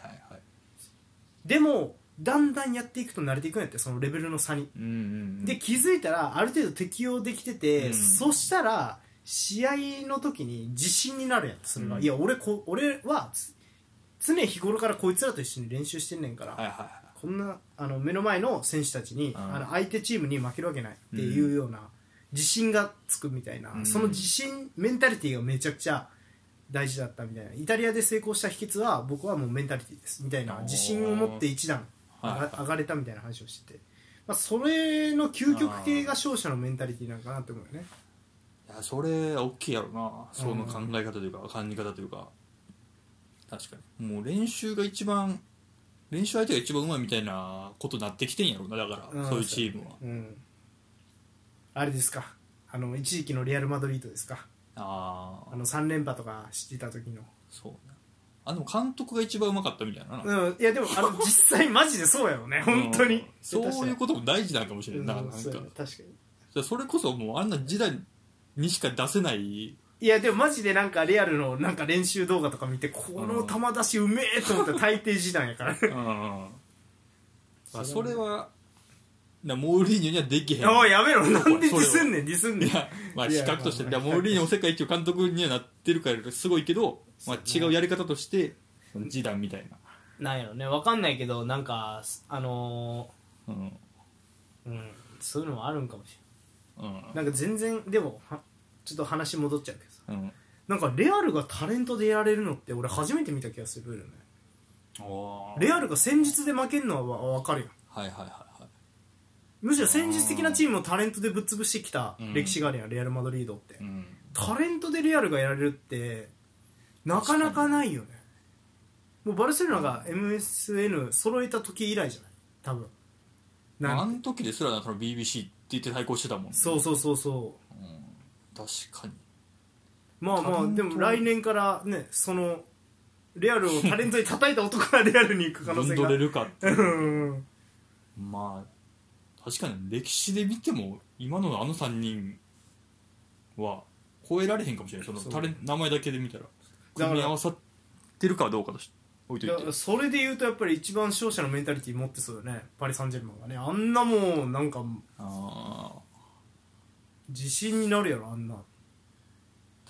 Speaker 1: でもだんだんやっていくと慣れていくんやってそのレベルの差に、
Speaker 2: うんうんうん
Speaker 1: で気づいたらある程度適応できてて、
Speaker 2: うん
Speaker 1: そしたら試合の時に自信になるやんそれが、
Speaker 2: うん
Speaker 1: いや俺こ俺はつ常日頃からこいつらと一緒に練習してんねんから、
Speaker 2: はいはいはい
Speaker 1: こんなあの目の前の選手たちに、
Speaker 2: うん
Speaker 1: あの相手チームに負けるわけないっていうような、自信がつくみたいな、
Speaker 2: うん
Speaker 1: その自信メンタリティーがめちゃくちゃ大事だったみたいなイタリアで成功した秘訣は僕はもうメンタリティーですみたいな
Speaker 2: おー
Speaker 1: 自信を持って一段上
Speaker 2: はいは
Speaker 1: が
Speaker 2: い
Speaker 1: 上がれたみたいな話をしてて、まあ、それの究極系が勝者のメンタリティーなのかなって思うよね
Speaker 2: いやそれ大きいやろなその考え方というか、感じ方というか確かにもう練習が一番練習相手が一番うまいみたいなことになってきてんやろなだから、
Speaker 1: うん
Speaker 2: そういうチームは
Speaker 1: うんあれですかあの一時期のレアル・マドリードですか
Speaker 2: あ
Speaker 1: あ
Speaker 2: あ
Speaker 1: の3連覇とかしてた時の、
Speaker 2: そうねあでも監督が一番うまかったみたいなな、
Speaker 1: うん、いやでもあ [laughs] の実際マジでそうやろね本当
Speaker 2: うん
Speaker 1: に
Speaker 2: そういうことも大事なのかもしれ
Speaker 1: うん
Speaker 2: ない、なん
Speaker 1: そ
Speaker 2: か
Speaker 1: うやね確かに
Speaker 2: じゃあそれこそもうあんな時代にしか出せない
Speaker 1: いやでもマジでなんかレアルのなんか練習動画とか見てこの球出しうめえと思ったら大抵時短やからね
Speaker 2: まあそれはなモーリーニョにはできへん
Speaker 1: おい [laughs] やめろなんでディスんねんディスんねん
Speaker 2: いやまあ
Speaker 1: い
Speaker 2: 比
Speaker 1: や
Speaker 2: 較として
Speaker 1: まあ
Speaker 2: いやモーリーニョも世界一の監督にはなってるからすごいけど、まあ、違うやり方として示談みたいな、
Speaker 1: なんやろねわかんないけどなんかあの
Speaker 2: うん
Speaker 1: ーうんそういうのもあるんかもし
Speaker 2: うん
Speaker 1: れないなんか全然でもはちょっと話戻っちゃうけどさ
Speaker 2: うん、
Speaker 1: なんかレアルがタレントでやられるのって俺初めて見た気がするよね
Speaker 2: おー
Speaker 1: レアルが戦術で負けるのはわ分かるよ
Speaker 2: はいはいはいはい
Speaker 1: むしろ戦術的なチームをタレントでぶっ潰してきた歴史があるやん、レアル・マドリードって、
Speaker 2: うん
Speaker 1: タレントでレアルがやられるってなかなかないよねもうバルセロナが MSN 揃えた時以来じゃない多分
Speaker 2: ま
Speaker 1: なん
Speaker 2: あ、あの時ですらなその BBC って言って対抗してたもんね
Speaker 1: そうそうそうそう
Speaker 2: 確かに
Speaker 1: まあま
Speaker 2: タレ
Speaker 1: あ
Speaker 2: ント
Speaker 1: でも来年からねそのレアルをタレントに叩いた男がレアルに行く可能
Speaker 2: ぶ
Speaker 1: 性
Speaker 2: ん
Speaker 1: が
Speaker 2: どれるかって
Speaker 1: うん
Speaker 2: まあ確かに歴史で見ても今のあの3人は超えられへんかもしれないその
Speaker 1: そう
Speaker 2: タレン名前だけで見たら
Speaker 1: から
Speaker 2: 組み合わさってるかどうかとし置いと
Speaker 1: い
Speaker 2: いて
Speaker 1: やそれで言うとやっぱり一番勝者のメンタリティ持ってそうよねパリ・サンジェルマンがねあんなもうなんか
Speaker 2: あ
Speaker 1: 自信になるやろあんな
Speaker 2: あ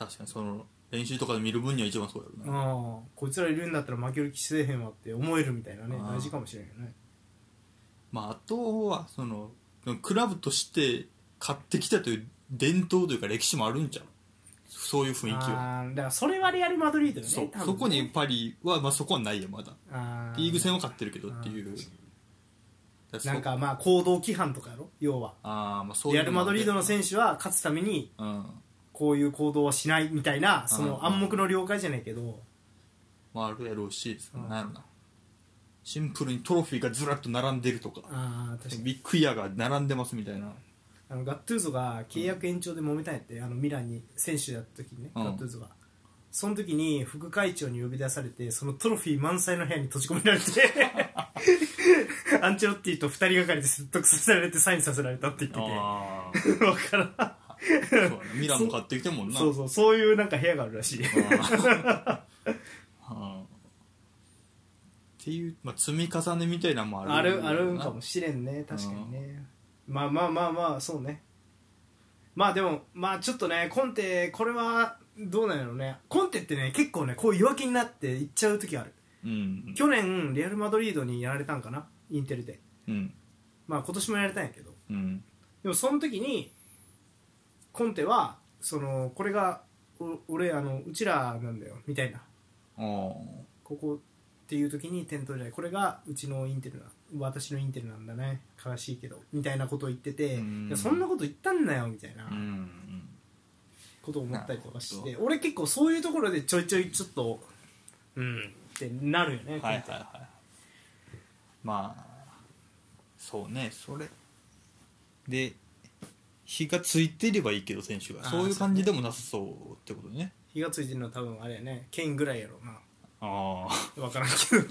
Speaker 2: 確かにその練習とかで見る分には一番そうやろな
Speaker 1: ああこいつらいるんだったら負ける気せえへんわって思えるみたいなね
Speaker 2: ああ
Speaker 1: 大事かもしれんよね
Speaker 2: まああとはそのクラブとして買ってきたという伝統というか歴史もあるんちゃうそういう雰囲気は
Speaker 1: ああだからそれはレアル・マドリードよね
Speaker 2: そう
Speaker 1: 多分ね
Speaker 2: そこにパリは、まあ、そこはないよまだ
Speaker 1: ああ
Speaker 2: リーグ戦は勝ってるけどっていう
Speaker 1: あー
Speaker 2: だらそ
Speaker 1: なんかまあ行動規範とかやろ要は
Speaker 2: あーまあそうい
Speaker 1: レ
Speaker 2: う
Speaker 1: アル・マドリードの選手は勝つために
Speaker 2: 手うん
Speaker 1: こういう行動はしないみたいなその
Speaker 2: ああ
Speaker 1: 暗黙の了解じゃないけど
Speaker 2: まああるやろうしその
Speaker 1: うん
Speaker 2: なんやろなシンプルにトロフィーがずらっと並んでるとか
Speaker 1: ああ確かに
Speaker 2: ビッグイヤーが並んでますみたいな
Speaker 1: あのガットゥーゾが契約延長で揉めたんやって、あのミランに選手やった時にね、
Speaker 2: うん
Speaker 1: ガットゥーゾがその時に副会長に呼び出されてそのトロフィー満載の部屋に閉じ込められ
Speaker 2: [laughs]
Speaker 1: てアンチェロッティと二人がかりで説得させられてサインさせられたって言って
Speaker 2: ああ
Speaker 1: てわからん
Speaker 2: そうやなミランも買ってきてんもんな
Speaker 1: そうそうそういうなんか部屋があるらしい
Speaker 2: [laughs] うんうんっていう、まあ、積み重ねみたいなのもある
Speaker 1: あるあるん
Speaker 2: な
Speaker 1: かもしれんね確かにねまあまあまあまあそうねまあでもまあちょっとねコンテこれはどうなんやろうねコンテってね結構ねこう弱気になっていっちゃう時ある
Speaker 2: うん
Speaker 1: 去年レアル・マドリードにやられたんかなインテルで
Speaker 2: うん
Speaker 1: まあ今年もやられたんやけど
Speaker 2: うん
Speaker 1: でもその時にコンテはそのこれがお俺あのうちらなんだよみたいな
Speaker 2: あー
Speaker 1: ここっていう時に点取りたいこれがうちのインテルな私のインテルなんだね悲しいけどみたいなことを言ってて
Speaker 2: うん
Speaker 1: いやそんなこと言ったんだよみたいな
Speaker 2: うんうん
Speaker 1: ことを思ったりとかし
Speaker 2: なる
Speaker 1: て俺結構そういうところでちょいちょいちょっとうんってなるよね
Speaker 2: はい
Speaker 1: コン
Speaker 2: はい
Speaker 1: テ
Speaker 2: はいまあそうねそれで火がついてればいいけど選手が
Speaker 1: あー
Speaker 2: そういう感じでもなさそうってことね
Speaker 1: 火がついてるのは多分あれやねケインぐらいやろうな
Speaker 2: ああ
Speaker 1: 分からんけど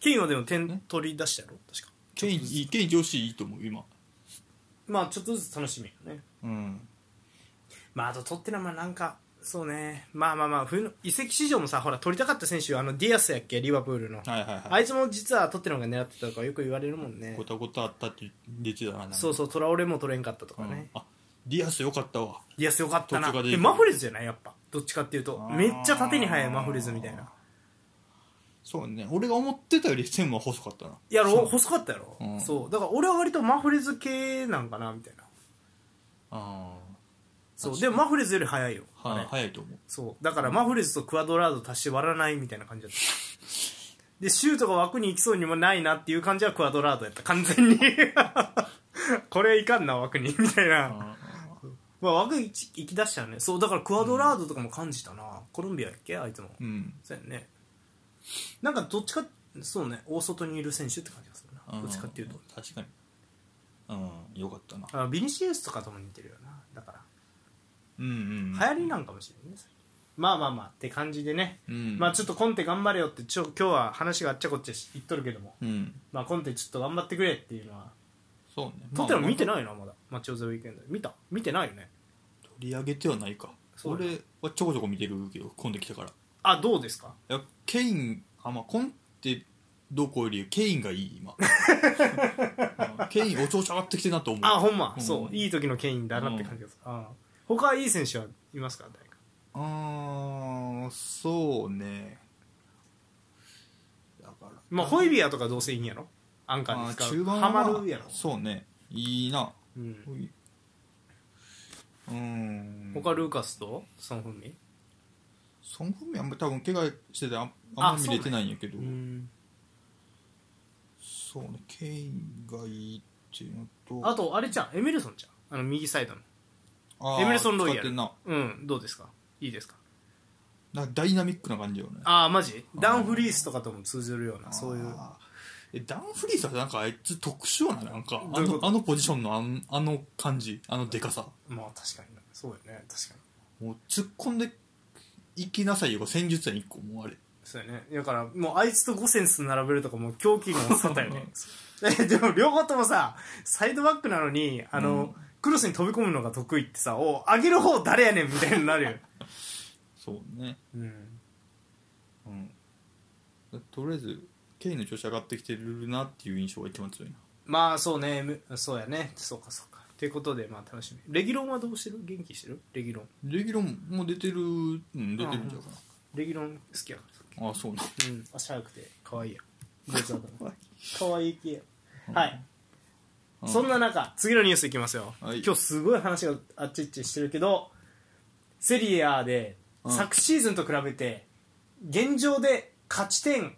Speaker 1: 金はでも点取り出したやろ確か
Speaker 2: ケインいいケイン調子いいと思う今
Speaker 1: まあちょっとずつ楽しみよね
Speaker 2: うん
Speaker 1: まああと取ってのはまあなんかそうねまあまあまあ冬の移籍市場もさほら取りたかった選手あのディアスやっけリバプールの、
Speaker 2: はいはい
Speaker 1: あ
Speaker 2: はい
Speaker 1: いつも実は取ってのが狙ってたとかよく言われるもんね
Speaker 2: ごたごたあったって出てたななんか
Speaker 1: そうそうトラオレも取れんかったとか
Speaker 2: うん
Speaker 1: ね、
Speaker 2: あディアスよかったわ
Speaker 1: ディアスよかったな
Speaker 2: 途中から出て
Speaker 1: え
Speaker 2: くる
Speaker 1: マフレズじゃないやっぱどっちかっていうと
Speaker 2: あー
Speaker 1: めっちゃ縦に速いマフレズみたいな
Speaker 2: そうね俺が思ってたより線は細かったな
Speaker 1: やろ細かったやろ、
Speaker 2: うん
Speaker 1: そうだから俺は割とマフレズ系なんかなみたいな
Speaker 2: あ
Speaker 1: そ
Speaker 2: 確
Speaker 1: う
Speaker 2: か
Speaker 1: で
Speaker 2: に
Speaker 1: もマフレズより速いよ
Speaker 2: あ、は
Speaker 1: あ
Speaker 2: い、
Speaker 1: れ
Speaker 2: 早いと思う
Speaker 1: そうだからマフレズとクアドラード足して割らないみたいな感じだった [laughs] でシュートが枠に行きそうにもないなっていう感じはクアドラードやった完全に [laughs] これいかんな枠にみたいな、
Speaker 2: あ
Speaker 1: まあ、枠行き行き出したよねそうだからクアドラードとかも感じたな、コロンビアやっけあいつも、
Speaker 2: ーうん
Speaker 1: そうやねなんかどっちかそうね大外にいる選手って感じがするな、
Speaker 2: ん
Speaker 1: どっちかっていうと
Speaker 2: 確かにうんよかったな
Speaker 1: あビニシウスとかとも似てるよなだから
Speaker 2: うんうん
Speaker 1: 流行りなんかもしれないねまあまあまあって感じでね、
Speaker 2: うん
Speaker 1: まあちょっとコンテ頑張れよってちょ今日は話があっちゃこっちゃし言っとるけども、
Speaker 2: うん
Speaker 1: まあ、コンテちょっと頑張ってくれっていうのは
Speaker 2: そうね
Speaker 1: トッテナム見て
Speaker 2: い
Speaker 1: ないなまだマッチョ・オブザ・ウィークエンド見た見てないよね
Speaker 2: 取り上げてはないか
Speaker 1: そうだ
Speaker 2: 俺はちょこちょこ見てるけど今度来たから
Speaker 1: あどうですか
Speaker 2: いやケインあまあコンってどこよりケインがい
Speaker 1: [laughs]
Speaker 2: い今うんケインお調子上がってきてるなと思う
Speaker 1: あほんま、
Speaker 2: うん
Speaker 1: そういい時のケインだなって感じです、ああ他いい選手はいますか誰か
Speaker 2: うーんそうねだから
Speaker 1: まあホイビアとかどうせいいんやろアンカー
Speaker 2: ま
Speaker 1: で
Speaker 2: あ
Speaker 1: 使
Speaker 2: 中
Speaker 1: う
Speaker 2: 盤
Speaker 1: ハ
Speaker 2: は
Speaker 1: マるやろ
Speaker 2: そうねいいな
Speaker 1: う、ん、
Speaker 2: うーん
Speaker 1: 他ルーカスとソン・フンミン
Speaker 2: ソン・フンミンあんま多分怪我しててあんあんま
Speaker 1: あ
Speaker 2: 見れてないんやけど
Speaker 1: うん
Speaker 2: そうねケインがいいっていうのと
Speaker 1: あとあれじゃんエメルソンじゃんあの右サイドの
Speaker 2: あー
Speaker 1: エメルソンロイヤル
Speaker 2: 使ってんな
Speaker 1: うんどうですかいいですか
Speaker 2: なんかダイナミックな感じよね
Speaker 1: ああマジダン・フリースとかとも通ずるようなそういう
Speaker 2: あーえダン・フリースはなんかあいつ特殊よななんかあ
Speaker 1: どういうこ
Speaker 2: の
Speaker 1: と
Speaker 2: あのポジションのあんあの感じあのでかさ
Speaker 1: まあ確かにそうよね確かに
Speaker 2: もう突っ込んでいきなさいよ戦術やん一個もうあれ
Speaker 1: そうよねだからもうあいつとゴセンス並べるとかもう狂気が起さったよね [laughs] えでも両方ともさサイドバックなのにあの、
Speaker 2: うん
Speaker 1: クロスに飛び込むのが得意ってさお上げる方誰やねんみたいになるよ、
Speaker 2: [laughs] そうね
Speaker 1: うん、
Speaker 2: うんとりあえずケインの調子上がってきてるなっていう印象が一番強いな
Speaker 1: まあそうねむそうやねそうかそうかということでまあ楽しみレギュロンはどうしてる元気してるレギュロン
Speaker 2: レギュロンも出てるうん出てるんじゃうか
Speaker 1: レギュロン好きやから
Speaker 2: なあそうな
Speaker 1: うん足早くて可愛いや
Speaker 2: [laughs]
Speaker 1: 上手だと思う可愛い系はい
Speaker 2: うん
Speaker 1: そんな中次のニュースいきますよ、
Speaker 2: はい
Speaker 1: 今日すごい話があっちっちしてるけどセリアで
Speaker 2: うん
Speaker 1: 昨シーズンと比べて現状で勝ち点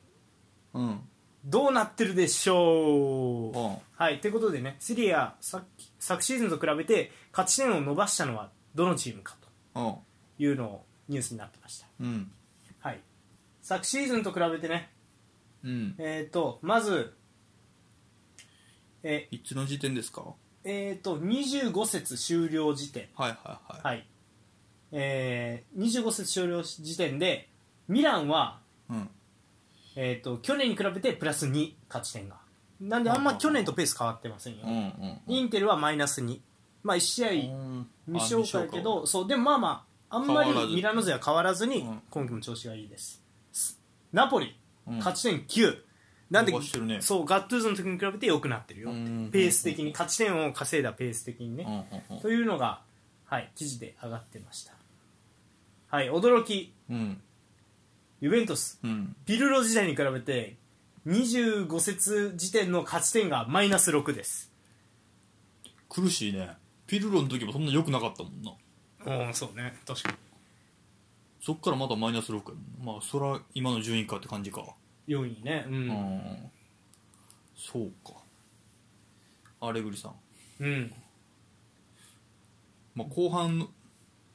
Speaker 2: うんうん
Speaker 1: どうなってるでしょう、
Speaker 2: あ
Speaker 1: はいということでねセリア昨昨シーズンと比べて勝ち点を伸ばしたのはどのチームかと
Speaker 2: あ
Speaker 1: いうのをニュースになってました
Speaker 2: うん
Speaker 1: はい昨シーズンと比べてね
Speaker 2: うん
Speaker 1: えっ、とまずえ
Speaker 2: いつの時点ですかは
Speaker 1: えー、と25節終了時点
Speaker 2: いはいはい、
Speaker 1: はい、えー、25節終了時点でミランは、
Speaker 2: うん
Speaker 1: えー、と去年に比べてプラス2勝ち点がなんであんま去年とペース変わってませんよ、
Speaker 2: うんうん
Speaker 1: インテルはマイナス2、まあ、1試合
Speaker 2: うん
Speaker 1: 未消化
Speaker 2: あ
Speaker 1: やけどそうでもまあまああんま
Speaker 2: 変わらず
Speaker 1: りミラノ勢は変わらずに、
Speaker 2: うん
Speaker 1: 今季も調子がいいですすナポリ
Speaker 2: うん
Speaker 1: 勝ち点9、なんで
Speaker 2: 伸ばしてるね
Speaker 1: そうガットゥーズの時に比べて良くなってるよって
Speaker 2: うん
Speaker 1: ペース的に勝ち点を稼いだペース的にね、
Speaker 2: うんうんうん
Speaker 1: というのが、はい、記事で上がってました、はい、驚き
Speaker 2: うん
Speaker 1: ユベントス
Speaker 2: うん
Speaker 1: ピルロ時代に比べて25節時点の勝ち点がマイナス6です
Speaker 2: 苦しいねピルロの時もそんな良くなかったもんな
Speaker 1: うんそうね確か
Speaker 2: そっからまだマイナス6やもんまあそら今の順位かって感じか
Speaker 1: に4位ねう、
Speaker 2: うんんそうかアレグリさん、
Speaker 1: うん、
Speaker 2: まあ、後半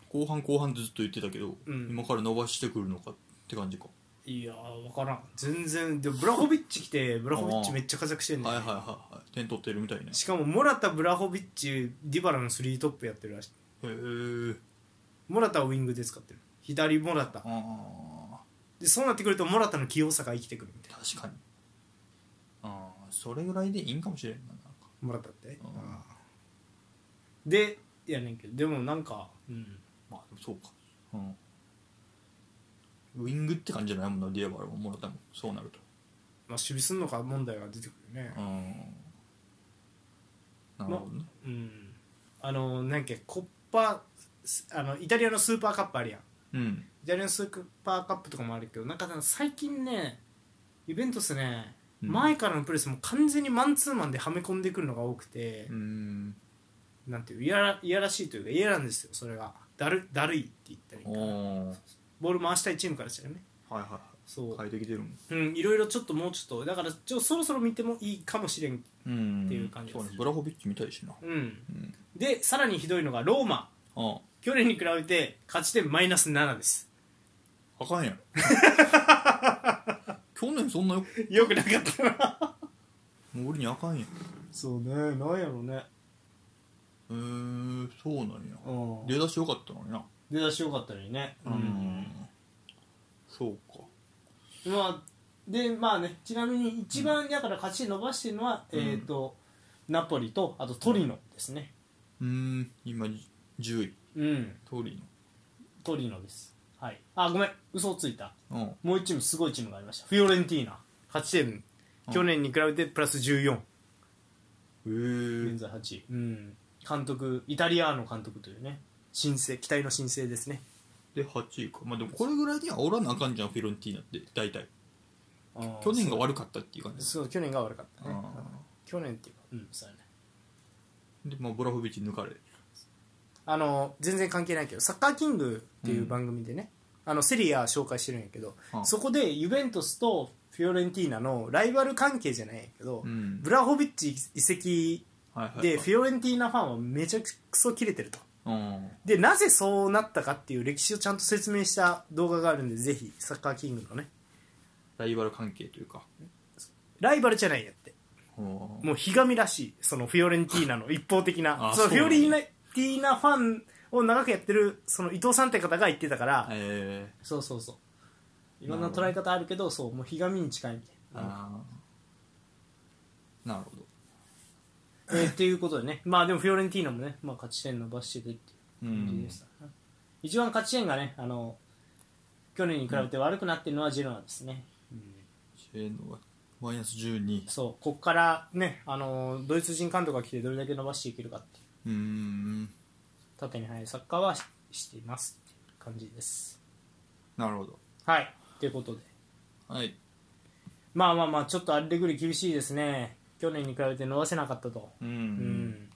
Speaker 2: 後半後半ずっと言ってたけど、
Speaker 1: うん
Speaker 2: 今から伸ばしてくるのかって感じか、
Speaker 1: いやー分からん全然でもブラホビッチ来てブラホビッチめっちゃ活躍してんねん
Speaker 2: はいはいはいはい点取ってるみたいね
Speaker 1: しかもモラタブラホビッチディバラの3トップやってるらしい
Speaker 2: へえ
Speaker 1: モラタはウィングで使ってる左モラタ
Speaker 2: あ
Speaker 1: でそうなってくるとモラタの器用さが生きてくるみたい
Speaker 2: あ確かにああそれぐらいでいいんかもしれんななんか
Speaker 1: なモラタって
Speaker 2: うん
Speaker 1: でやねんけどでもなんか、うん、
Speaker 2: まあでもそうかうんウィングって感じじゃないもんなディアバラももらったもんそうなると
Speaker 1: まあ、守備すんのか問題が出てくるね
Speaker 2: う、んなるほどね
Speaker 1: うん、あのなんかコッパあのイタリアのスーパーカップあるやん
Speaker 2: うん
Speaker 1: イタリアのスーパーカップとかもあるけどなんか最近ねイベントスね、
Speaker 2: うん
Speaker 1: 前からのプレスも完全にマンツーマンではめ込んでくるのが多くて
Speaker 2: う、ん
Speaker 1: なんていういやらいやらしいというか嫌なんですよそれがだるだるいって言ったり
Speaker 2: おおはい
Speaker 1: ボール回したいチームからしたらね
Speaker 2: はい
Speaker 1: そう、
Speaker 2: 変えてきてるもん
Speaker 1: うんいろいろちょっともうちょっとだからちょそろそろ見てもいいかもしれん
Speaker 2: うん
Speaker 1: っていう感じです
Speaker 2: そうねブラホビッチみたいしな
Speaker 1: うん
Speaker 2: うん
Speaker 1: でさらにひどいのがローマ
Speaker 2: あ
Speaker 1: 去年に比べて勝ち点マイナス7です
Speaker 2: ああかんや [laughs] ん去年そんなよ
Speaker 1: よくなかったな
Speaker 2: もう俺にあかんやん
Speaker 1: そうねなんやろうね
Speaker 2: へえー、そうなんや
Speaker 1: うん
Speaker 2: 出だしよかったのにな
Speaker 1: 出だしよかったのにね、
Speaker 2: うそうか
Speaker 1: まあでまあねちなみに一番だから勝ち伸ばしてるのは、
Speaker 2: うん
Speaker 1: えっ、とナポリとあとトリノですね
Speaker 2: うーん今10位
Speaker 1: うん
Speaker 2: トリ
Speaker 1: トリノですはいあごめん嘘をついた
Speaker 2: ノうん
Speaker 1: もう一チームすごいチームがありましたフィオレンティーナ8チーム
Speaker 2: うん
Speaker 1: 去年に比べてプラス14
Speaker 2: え
Speaker 1: 現在8位うん監督イタリアーノ監督というね新星期待の新星ですね
Speaker 2: で8位かまあでもこれぐらいにはおらなあかんじゃんフィロンティーナって大体去
Speaker 1: 去
Speaker 2: 年が悪かったっていう感じ
Speaker 1: そう去年が悪かったね
Speaker 2: あ
Speaker 1: 去年っていうかうんそうやね
Speaker 2: ーでまあブラフビッチ抜かれ
Speaker 1: あの全然関係ないけど「サッカーキング」っていう番組でね、あのセリア紹介してるんやけど、
Speaker 2: うん
Speaker 1: そこでユベントスとフィオレンティーナのライバル関係じゃないんやけど、
Speaker 2: うん
Speaker 1: ブラホビッチ移籍
Speaker 2: はいはいはい
Speaker 1: でフィオレンティーナファンはめちゃくそ切れてると
Speaker 2: うん
Speaker 1: でなぜそうなったかっていう歴史をちゃんと説明した動画があるんでぜひ「サッカーキング」のね
Speaker 2: ライバル関係というか
Speaker 1: ライバルじゃないんやって
Speaker 2: も
Speaker 1: もうひがみらしいそのフィオレンティーナ [laughs] の一方的な
Speaker 2: あ
Speaker 1: その
Speaker 2: そ
Speaker 1: フ
Speaker 2: う
Speaker 1: ィ
Speaker 2: な
Speaker 1: オ
Speaker 2: んや
Speaker 1: レンティーナファンを長くやってるその伊藤さんって方が言ってたから、
Speaker 2: ええ
Speaker 1: そうそうそういろんな捉え方あるけどそうもうひがみに近いみたいな、
Speaker 2: ああなるほど
Speaker 1: えーっていうことでねまあでもフィオレンティーナもね、まあ、勝ち点伸ばしててって
Speaker 2: う
Speaker 1: いう感じ
Speaker 2: ん
Speaker 1: でした、一番勝ち点がねあの去年に比べて悪くなってるのはジェノアですね、
Speaker 2: シェーンのがマイナス12
Speaker 1: そうこっからねあのドイツ人監督が来てどれだけ伸ばしていけるかっていう
Speaker 2: うーん
Speaker 1: 縦に速いサッカーはししていますっていう感じです
Speaker 2: なるほど
Speaker 1: はいということで
Speaker 2: はい
Speaker 1: まあまあまあちょっとアレグリ厳しいですね去年に比べて伸ばせなかったと
Speaker 2: うん、
Speaker 1: うん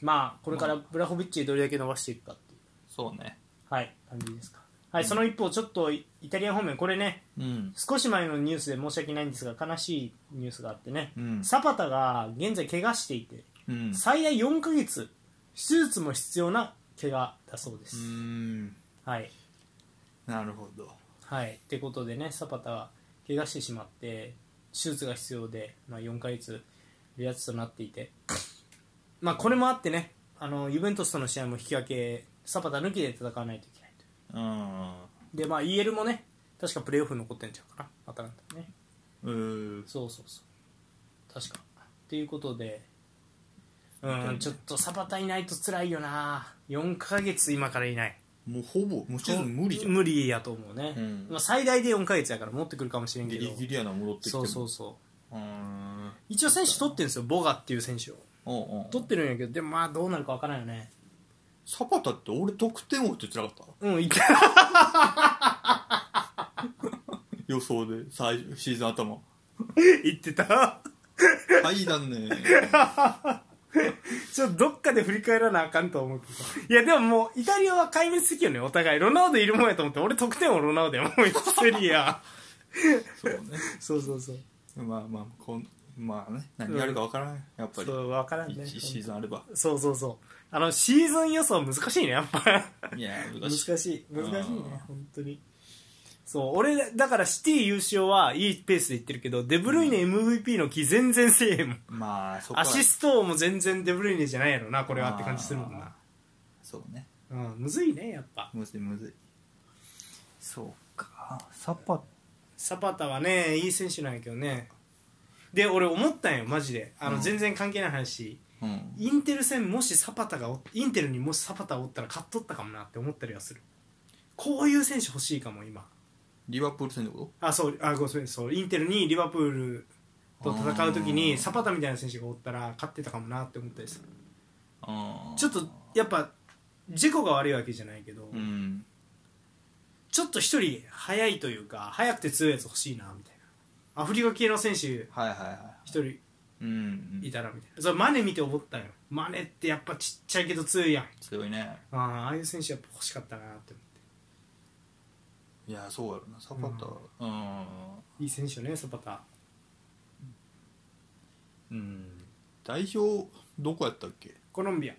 Speaker 1: まあこれからブラホビッチどれだけ伸ばしていくかっていう、
Speaker 2: そうね
Speaker 1: はい、感じですか、はいその一方ちょっとイイタリア方面これね
Speaker 2: うん
Speaker 1: 少し前のニュースで申し訳ないんですが悲しいニュースがあってね、
Speaker 2: うん
Speaker 1: サパタが現在怪我していて
Speaker 2: うん
Speaker 1: 最大4ヶ月手術も必要な怪我だそうです、
Speaker 2: うん
Speaker 1: はい
Speaker 2: なるほど
Speaker 1: はいってことでねサパタは怪我してしまって手術が必要で、まあ、4ヶ月離脱となっていて [laughs] まあこれもあってねあのユベントスとの試合も引き分けサパタ抜きで戦わないといけないと
Speaker 2: うん
Speaker 1: でまあ EL もね確かプレーオフ残ってんちゃうかなアタランタね
Speaker 2: うー
Speaker 1: そうそうそう確かっていうことでうんちょっとサパタいないと辛いよな4ヶ月今からいない
Speaker 2: もうほぼもうちょっと無理じゃん
Speaker 1: 無理やと思うね、
Speaker 2: うん
Speaker 1: まあ、最大で4ヶ月やから持ってくるかもしれんけ
Speaker 2: ギ
Speaker 1: ど
Speaker 2: リギリやな戻ってきて
Speaker 1: そうそう
Speaker 2: そ
Speaker 1: そう
Speaker 2: うーん
Speaker 1: 一応選手取ってるんですよボガっていう選手を
Speaker 2: うんうん
Speaker 1: 取ってるんやけどでもまあどうなるかわからんよね
Speaker 2: サパタって俺得点王って言ってなか
Speaker 1: [laughs]
Speaker 2: った
Speaker 1: うんいけ
Speaker 2: 予想で最初シーズ
Speaker 1: [laughs]
Speaker 2: ン頭
Speaker 1: 言ってた
Speaker 2: はいだね
Speaker 1: ちょっとどっかで振り返らなあかんと思うけどいやでももうイタリアは壊滅的よねお互いロナウドいるもんやと思って俺得点王ロナウドやもうセリア
Speaker 2: そうね
Speaker 1: [laughs] そうそうそう
Speaker 2: まあまあこんまあね何やるか分からんやっぱり
Speaker 1: そうわからんね
Speaker 2: 1シーズンあれば
Speaker 1: そうそうそうあのシーズン予想難しいねや [laughs] っぱ
Speaker 2: いや難
Speaker 1: 難
Speaker 2: しい
Speaker 1: しい難しいね
Speaker 2: うん
Speaker 1: 本当にそう俺だからシティ優勝はいいペースでいってるけどデブルイネ MVP の気全然せえへんもん
Speaker 2: まあそこは
Speaker 1: アシストも全然デブルイネじゃないやろなこれはって感じするもんな
Speaker 2: あそうね
Speaker 1: うんむずいねやっぱ
Speaker 2: むずいむずいそうかサパ
Speaker 1: サパタはねいい選手なんやけどねで俺思ったんよマジであの、
Speaker 2: うん
Speaker 1: 全然関係ない話
Speaker 2: うん
Speaker 1: インテル戦もしサパタがおインテルにもしサパタがおったら勝っとったかもなって思ったりはするこういう選手欲しいかも今
Speaker 2: リバプール戦ってこ
Speaker 1: あそうあごめんそうインテルにリバプールと戦う時
Speaker 2: あー
Speaker 1: にサパタみたいな選手がおったら勝ってたかもなって思ったりする
Speaker 2: とあー
Speaker 1: ちょっとやっぱ事故が悪いわけじゃないけど、
Speaker 2: うん
Speaker 1: ちょっと一人早いというか早くて強いやつ欲しいなみたいなアフリカ系の選手
Speaker 2: はいはいは
Speaker 1: 一人
Speaker 2: いうん
Speaker 1: いたらみたいなそれマネ見て思ったよマネってやっぱちっちゃいけど強いやん
Speaker 2: 強いね
Speaker 1: あーああいう選手やっぱ欲しかったなって思っ
Speaker 2: いやそうやろなサパタうん
Speaker 1: ていい選手よねサパタ
Speaker 2: うん代表どこやったっけ
Speaker 1: コロンビア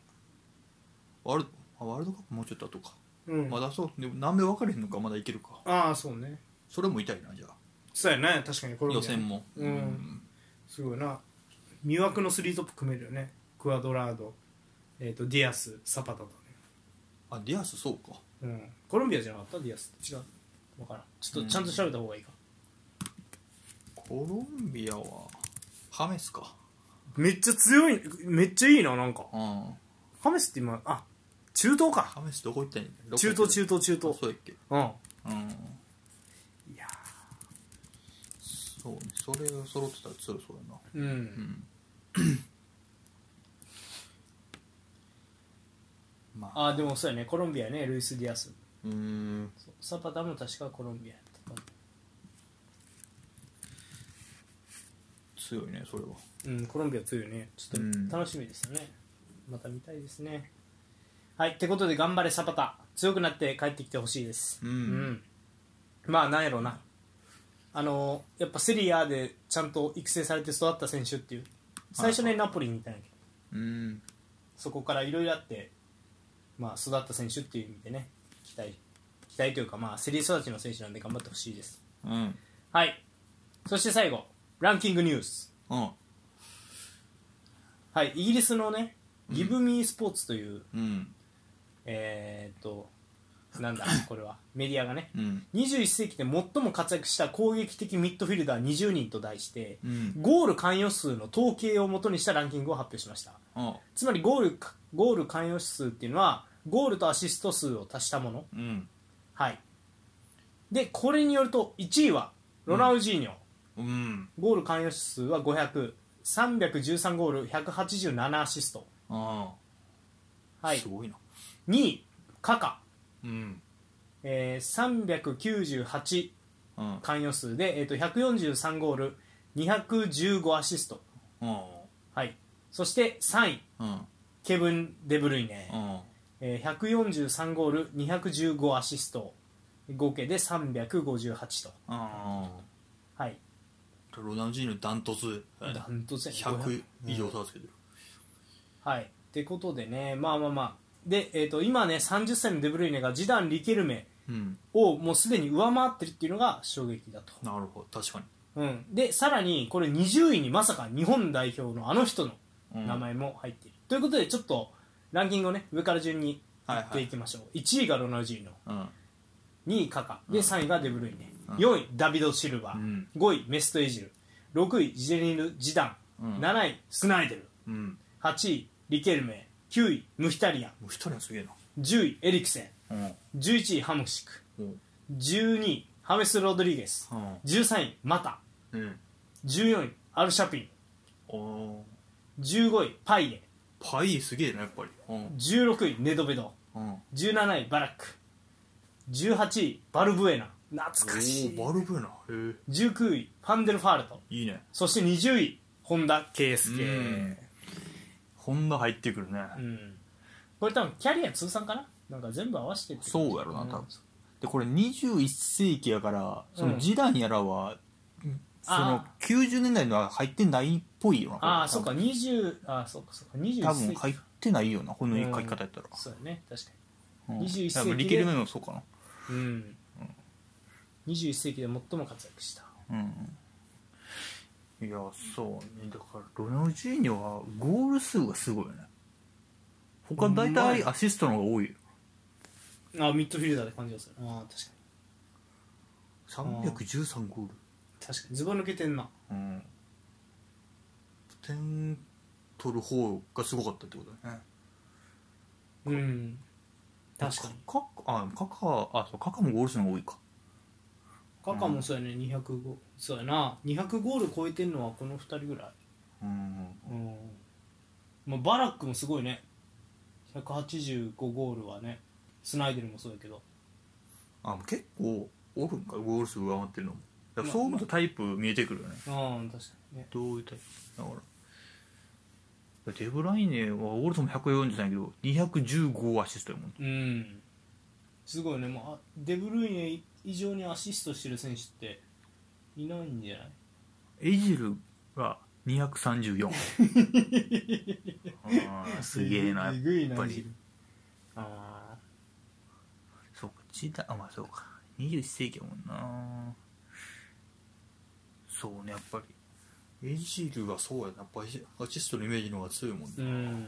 Speaker 2: ワールドあワールドカップもうちょっと後か
Speaker 1: うん、
Speaker 2: まだそうでも南米分かれへんのかまだいけるか
Speaker 1: ああそうね
Speaker 2: それも痛いなじゃあ
Speaker 1: そうやね確かにコロンビア
Speaker 2: 予選も
Speaker 1: うんすごいな魅惑のスリートップ組めるよねクアドラードえー、とディアスサパタだね、
Speaker 2: あディアスそうか
Speaker 1: うん、コロンビアじゃなかったディアス違う分からんちょっとちゃんと調べた方がいいか、
Speaker 2: コロンビアはハメスか
Speaker 1: めっちゃ強いめっちゃいいななんか
Speaker 2: うん
Speaker 1: ハメスって今あ中東か
Speaker 2: ハメスどこ行ったんやどこ行った
Speaker 1: 中東中東中
Speaker 2: あ
Speaker 1: 東
Speaker 2: そうやっけ
Speaker 1: うん
Speaker 2: うん
Speaker 1: いや
Speaker 2: そうねそれが揃ってたら強そうやな
Speaker 1: うん、
Speaker 2: うんまあ
Speaker 1: あでもそうやねコロンビアねルイス・ディアス
Speaker 2: うーん
Speaker 1: そうサパタも確かコロンビアやったと思
Speaker 2: 強いねそれは
Speaker 1: ううんコロンビア強いねちょ
Speaker 2: う
Speaker 1: っ
Speaker 2: ん
Speaker 1: と楽しみですよね、また見たいですねはいってことで頑張れサパタ強くなって帰ってきてほしいです
Speaker 2: うん
Speaker 1: まあなんやろうなあのやっぱセリアでちゃんと育成されて育った選手っていう最初ね、
Speaker 2: はい
Speaker 1: ナポリにいたんやけど
Speaker 2: うん
Speaker 1: そこからいろいろあって、まあ、育った選手っていう意味でね期待期待というか、まあ、セリー育ちの選手なんで頑張ってほしいです
Speaker 2: うん
Speaker 1: はいそして最後ランキングニュース
Speaker 2: うん
Speaker 1: はいイギリスのねギブミースポーツという、
Speaker 2: うん
Speaker 1: えーっとなん
Speaker 2: [laughs]
Speaker 1: だこれはメディアがね
Speaker 2: うん
Speaker 1: 21世紀で最も活躍した攻撃的ミッドフィルダー20人と題して
Speaker 2: うん
Speaker 1: ゴール関与数の統計をもとにしたランキングを発表しました
Speaker 2: あ
Speaker 1: つまりゴールゴール関与数っていうのはゴールとアシスト数を足したもの
Speaker 2: うん
Speaker 1: はい、でこれによると1位はロナウジーニョ、
Speaker 2: うん
Speaker 1: ゴール関与数は500313ゴール187アシスト、
Speaker 2: あ
Speaker 1: は
Speaker 2: あ
Speaker 1: い
Speaker 2: す、ごいな
Speaker 1: 2位カカ、
Speaker 2: うん
Speaker 1: えー、398
Speaker 2: うん
Speaker 1: 関与数で、えー、と143ゴール215アシスト、
Speaker 2: うん
Speaker 1: はい、そして3位
Speaker 2: うん
Speaker 1: ケブン・デブルイネ、
Speaker 2: うん
Speaker 1: えー、143ゴール215アシスト合計で358と、
Speaker 2: うん
Speaker 1: はい、
Speaker 2: ロナウジーニョダントツ
Speaker 1: ダントツやね
Speaker 2: 100以上差つけてる
Speaker 1: はい。ってことでね、まあまあまあ。で、えー、と今ね、30歳のデブルイネがジダン・リケルメ
Speaker 2: うん
Speaker 1: をもうすでに上回ってるっていうのが衝撃だと。
Speaker 2: なるほど確か
Speaker 1: うん、で、さらにこれ20位にまさか日本代表のあの人の
Speaker 2: にうん
Speaker 1: 名前も入っている。ということで、ちょっとランキングをね、上から順に
Speaker 2: はい
Speaker 1: や
Speaker 2: はい
Speaker 1: っていきましょう。1位がロナウジーノ、
Speaker 2: うん
Speaker 1: 2位カカ、で、3位がデブルイネ、
Speaker 2: うん
Speaker 1: 4位ダビド・シルバ
Speaker 2: う
Speaker 1: ー、
Speaker 2: ん
Speaker 1: 5位メスト・エジル、6位ジェリル・ジダ
Speaker 2: う
Speaker 1: ン、
Speaker 2: ん
Speaker 1: 7位スナイデル、
Speaker 2: うん
Speaker 1: 8位リケルメ、9位ムヒタリアン、
Speaker 2: もう一人はすげえな
Speaker 1: 10位エリクセン
Speaker 2: うん
Speaker 1: 11位ハムシク
Speaker 2: うん
Speaker 1: 12位ハメス・ロドリゲス
Speaker 2: うん
Speaker 1: 13位マタ
Speaker 2: うん
Speaker 1: 14位アルシャピ
Speaker 2: おー
Speaker 1: ン15位パイエ
Speaker 2: パイすげえなやっぱりうん
Speaker 1: 16位ネドベド
Speaker 2: うん
Speaker 1: 17位バラック18位バルブエナ懐かしい
Speaker 2: おーバルブーナへ
Speaker 1: 19位ファンデルファールト
Speaker 2: えいいね
Speaker 1: そして20位本田圭佑
Speaker 2: うんホンダ入ってくるね
Speaker 1: うんこれ多分キャリア通算かななんか全部合わせてって感じ
Speaker 2: そうやろな多
Speaker 1: ん
Speaker 2: 分でこれ21世紀やからそのジダンやらはその
Speaker 1: あ
Speaker 2: 90年代のは入ってないっぽいよなこれ
Speaker 1: ああそうか20あそうかそうか21世紀
Speaker 2: 多分入ってないよなこの書き方やったら
Speaker 1: そうやね確かに
Speaker 2: うん
Speaker 1: 21世紀で
Speaker 2: 多分リケルメもそうかな
Speaker 1: うん、21世紀で最も活躍した
Speaker 2: うんいやそうねだからロナウジーニョはゴール数がすごいよね他大体アシストの方が多いよ
Speaker 1: あミッドフィルダーで感じがするああ確か
Speaker 2: 313ゴール
Speaker 1: に確かにズバ抜けてんな
Speaker 2: うん点取る方がすごかったってことだね
Speaker 1: うん確かに
Speaker 2: カカあカカあそうカカもゴール数の方が多いか
Speaker 1: カカもそうやね205そうやな200ゴール超えてんのはこの2人ぐらい
Speaker 2: うん
Speaker 1: うん、まあ、バラックもすごいね185ゴールはねスナイデルもそうやけど
Speaker 2: あ結構おるんかゴール数上回ってるのもだから
Speaker 1: まあ
Speaker 2: そう思うとタイプ見えてくるよね
Speaker 1: うん確かにね
Speaker 2: どういうタイプだからデブライネはゴール数も143やけど215アシストやもん
Speaker 1: うんすごいねもうあデブルイネ以上にアシストしてる選手っていないんじゃない
Speaker 2: エジルが234あーすげえな
Speaker 1: えぐい
Speaker 2: やっ
Speaker 1: な
Speaker 2: ぱ
Speaker 1: マジ
Speaker 2: り
Speaker 1: であ
Speaker 2: そうか時代あまあそうか21世紀やもんなそうねやっぱりエジルがそうやなやっぱりアシストのイメージの方が強いもん
Speaker 1: ーうん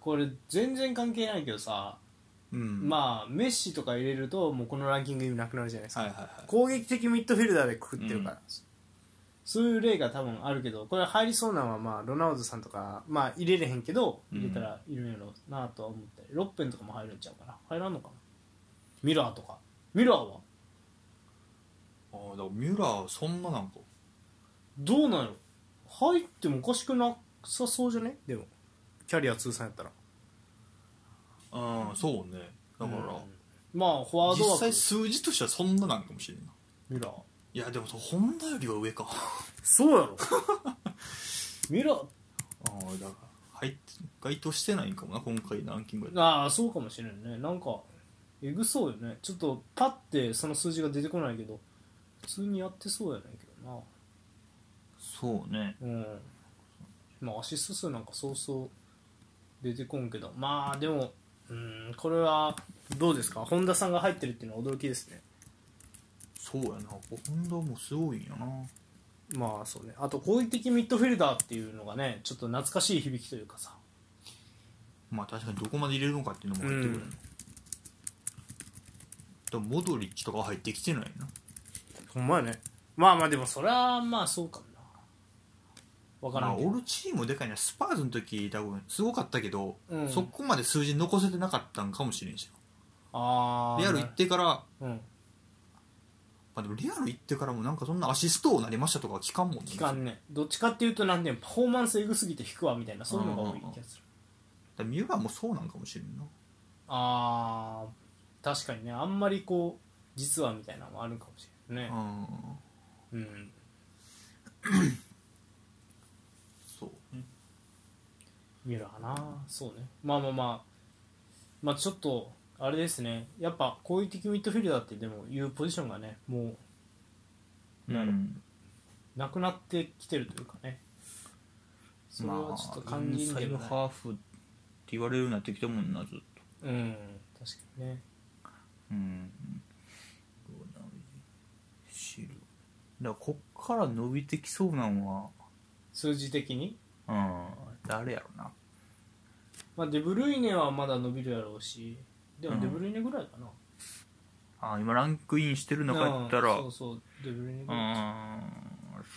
Speaker 1: これ全然関係ないけどさ、
Speaker 2: うん
Speaker 1: まあメッシとか入れるともうこのランキング意味なくなるじゃないですか、
Speaker 2: はいはいはい
Speaker 1: 攻撃的ミッドフィルダーでくくってるから、
Speaker 2: うん
Speaker 1: そういう例が多分あるけどこれ入りそうなのはまあロナウドさんとかまあ入れれへんけど
Speaker 2: うん
Speaker 1: 入れたらいるんやろうなとは思ったり、ロッペンとかも入るんちゃうかな入らんのかなミラーとかミラーは
Speaker 2: ああだからミュラーそんななんか
Speaker 1: どうなんやろ入ってもおかしくなさそうじゃねでもキャリア通算やったら
Speaker 2: うんそうねだか
Speaker 1: う
Speaker 2: ら、
Speaker 1: んまあフォワード
Speaker 2: 実
Speaker 1: は
Speaker 2: 際数字としてはそんななんかもしれんない
Speaker 1: ミラー
Speaker 2: いやでもそ本田よりは上か
Speaker 1: そうやろ [laughs] ミラー
Speaker 2: ああだから入って該当してないんかもな今回ランキングで
Speaker 1: ああそうかもしれんねなんかえぐそうよねちょっとパッてその数字が出てこないけど普通にやってそうやねんけどな
Speaker 2: そうね
Speaker 1: うんまあアシスト数なんかそうそう出てこんけどまあでもうんこれはどうですか本田さんが入ってるっていうのは驚きですね
Speaker 2: そうやな本田もすごいんやな
Speaker 1: まあそうねあと攻撃的ミッドフィルダーっていうのがねちょっと懐かしい響きというかさ
Speaker 2: まあ確かにどこまで入れるのかっていうのも入ってくるな、
Speaker 1: うん
Speaker 2: でもモドリッチとか入ってきてないな
Speaker 1: ほんまやねまあまあでもそれはまあそうかもなわから
Speaker 2: まあ、
Speaker 1: んけど
Speaker 2: オールチームでかいなスパーズの時多分すごかったけど、
Speaker 1: うん
Speaker 2: そこまで数字残せてなかったんかもしれんし
Speaker 1: ああ
Speaker 2: レアル行ってからま
Speaker 1: うん
Speaker 2: あでもレアル行ってからもなんかそんなアシストをなりましたとかは聞かんもんね
Speaker 1: 期間ねどっちかっていうとなんていうのパフォーマンスエグすぎて引くわみたいなそういうのが多い気がする
Speaker 2: だからミュラーもそうなんかもしれんな
Speaker 1: あー確かにねあんまりこう実はみたいなのもあるかもしれないね
Speaker 2: うん
Speaker 1: うん
Speaker 2: そうね
Speaker 1: ミュラーなそうねまあまあまあまあちょっとあれですねやっぱ攻撃的ミッドフィルダーってでもいうポジションがねも
Speaker 2: なる
Speaker 1: うなくなってきてるというかねそれはちょっと肝心でもない、
Speaker 2: ーフって言われるようになってきたもんなずっと
Speaker 1: うん確かにね
Speaker 2: うんロナウジシルだからこっから伸びてきそうなんは
Speaker 1: 数字的に
Speaker 2: うん誰やろな
Speaker 1: まあデブルイネはまだ伸びるやろうしで
Speaker 2: う
Speaker 1: も
Speaker 2: ん
Speaker 1: デブルイネぐらいかな、
Speaker 2: あ今ランクインしてる中やったら
Speaker 1: そうそうデブルイネ
Speaker 2: う
Speaker 1: ぐらい
Speaker 2: ん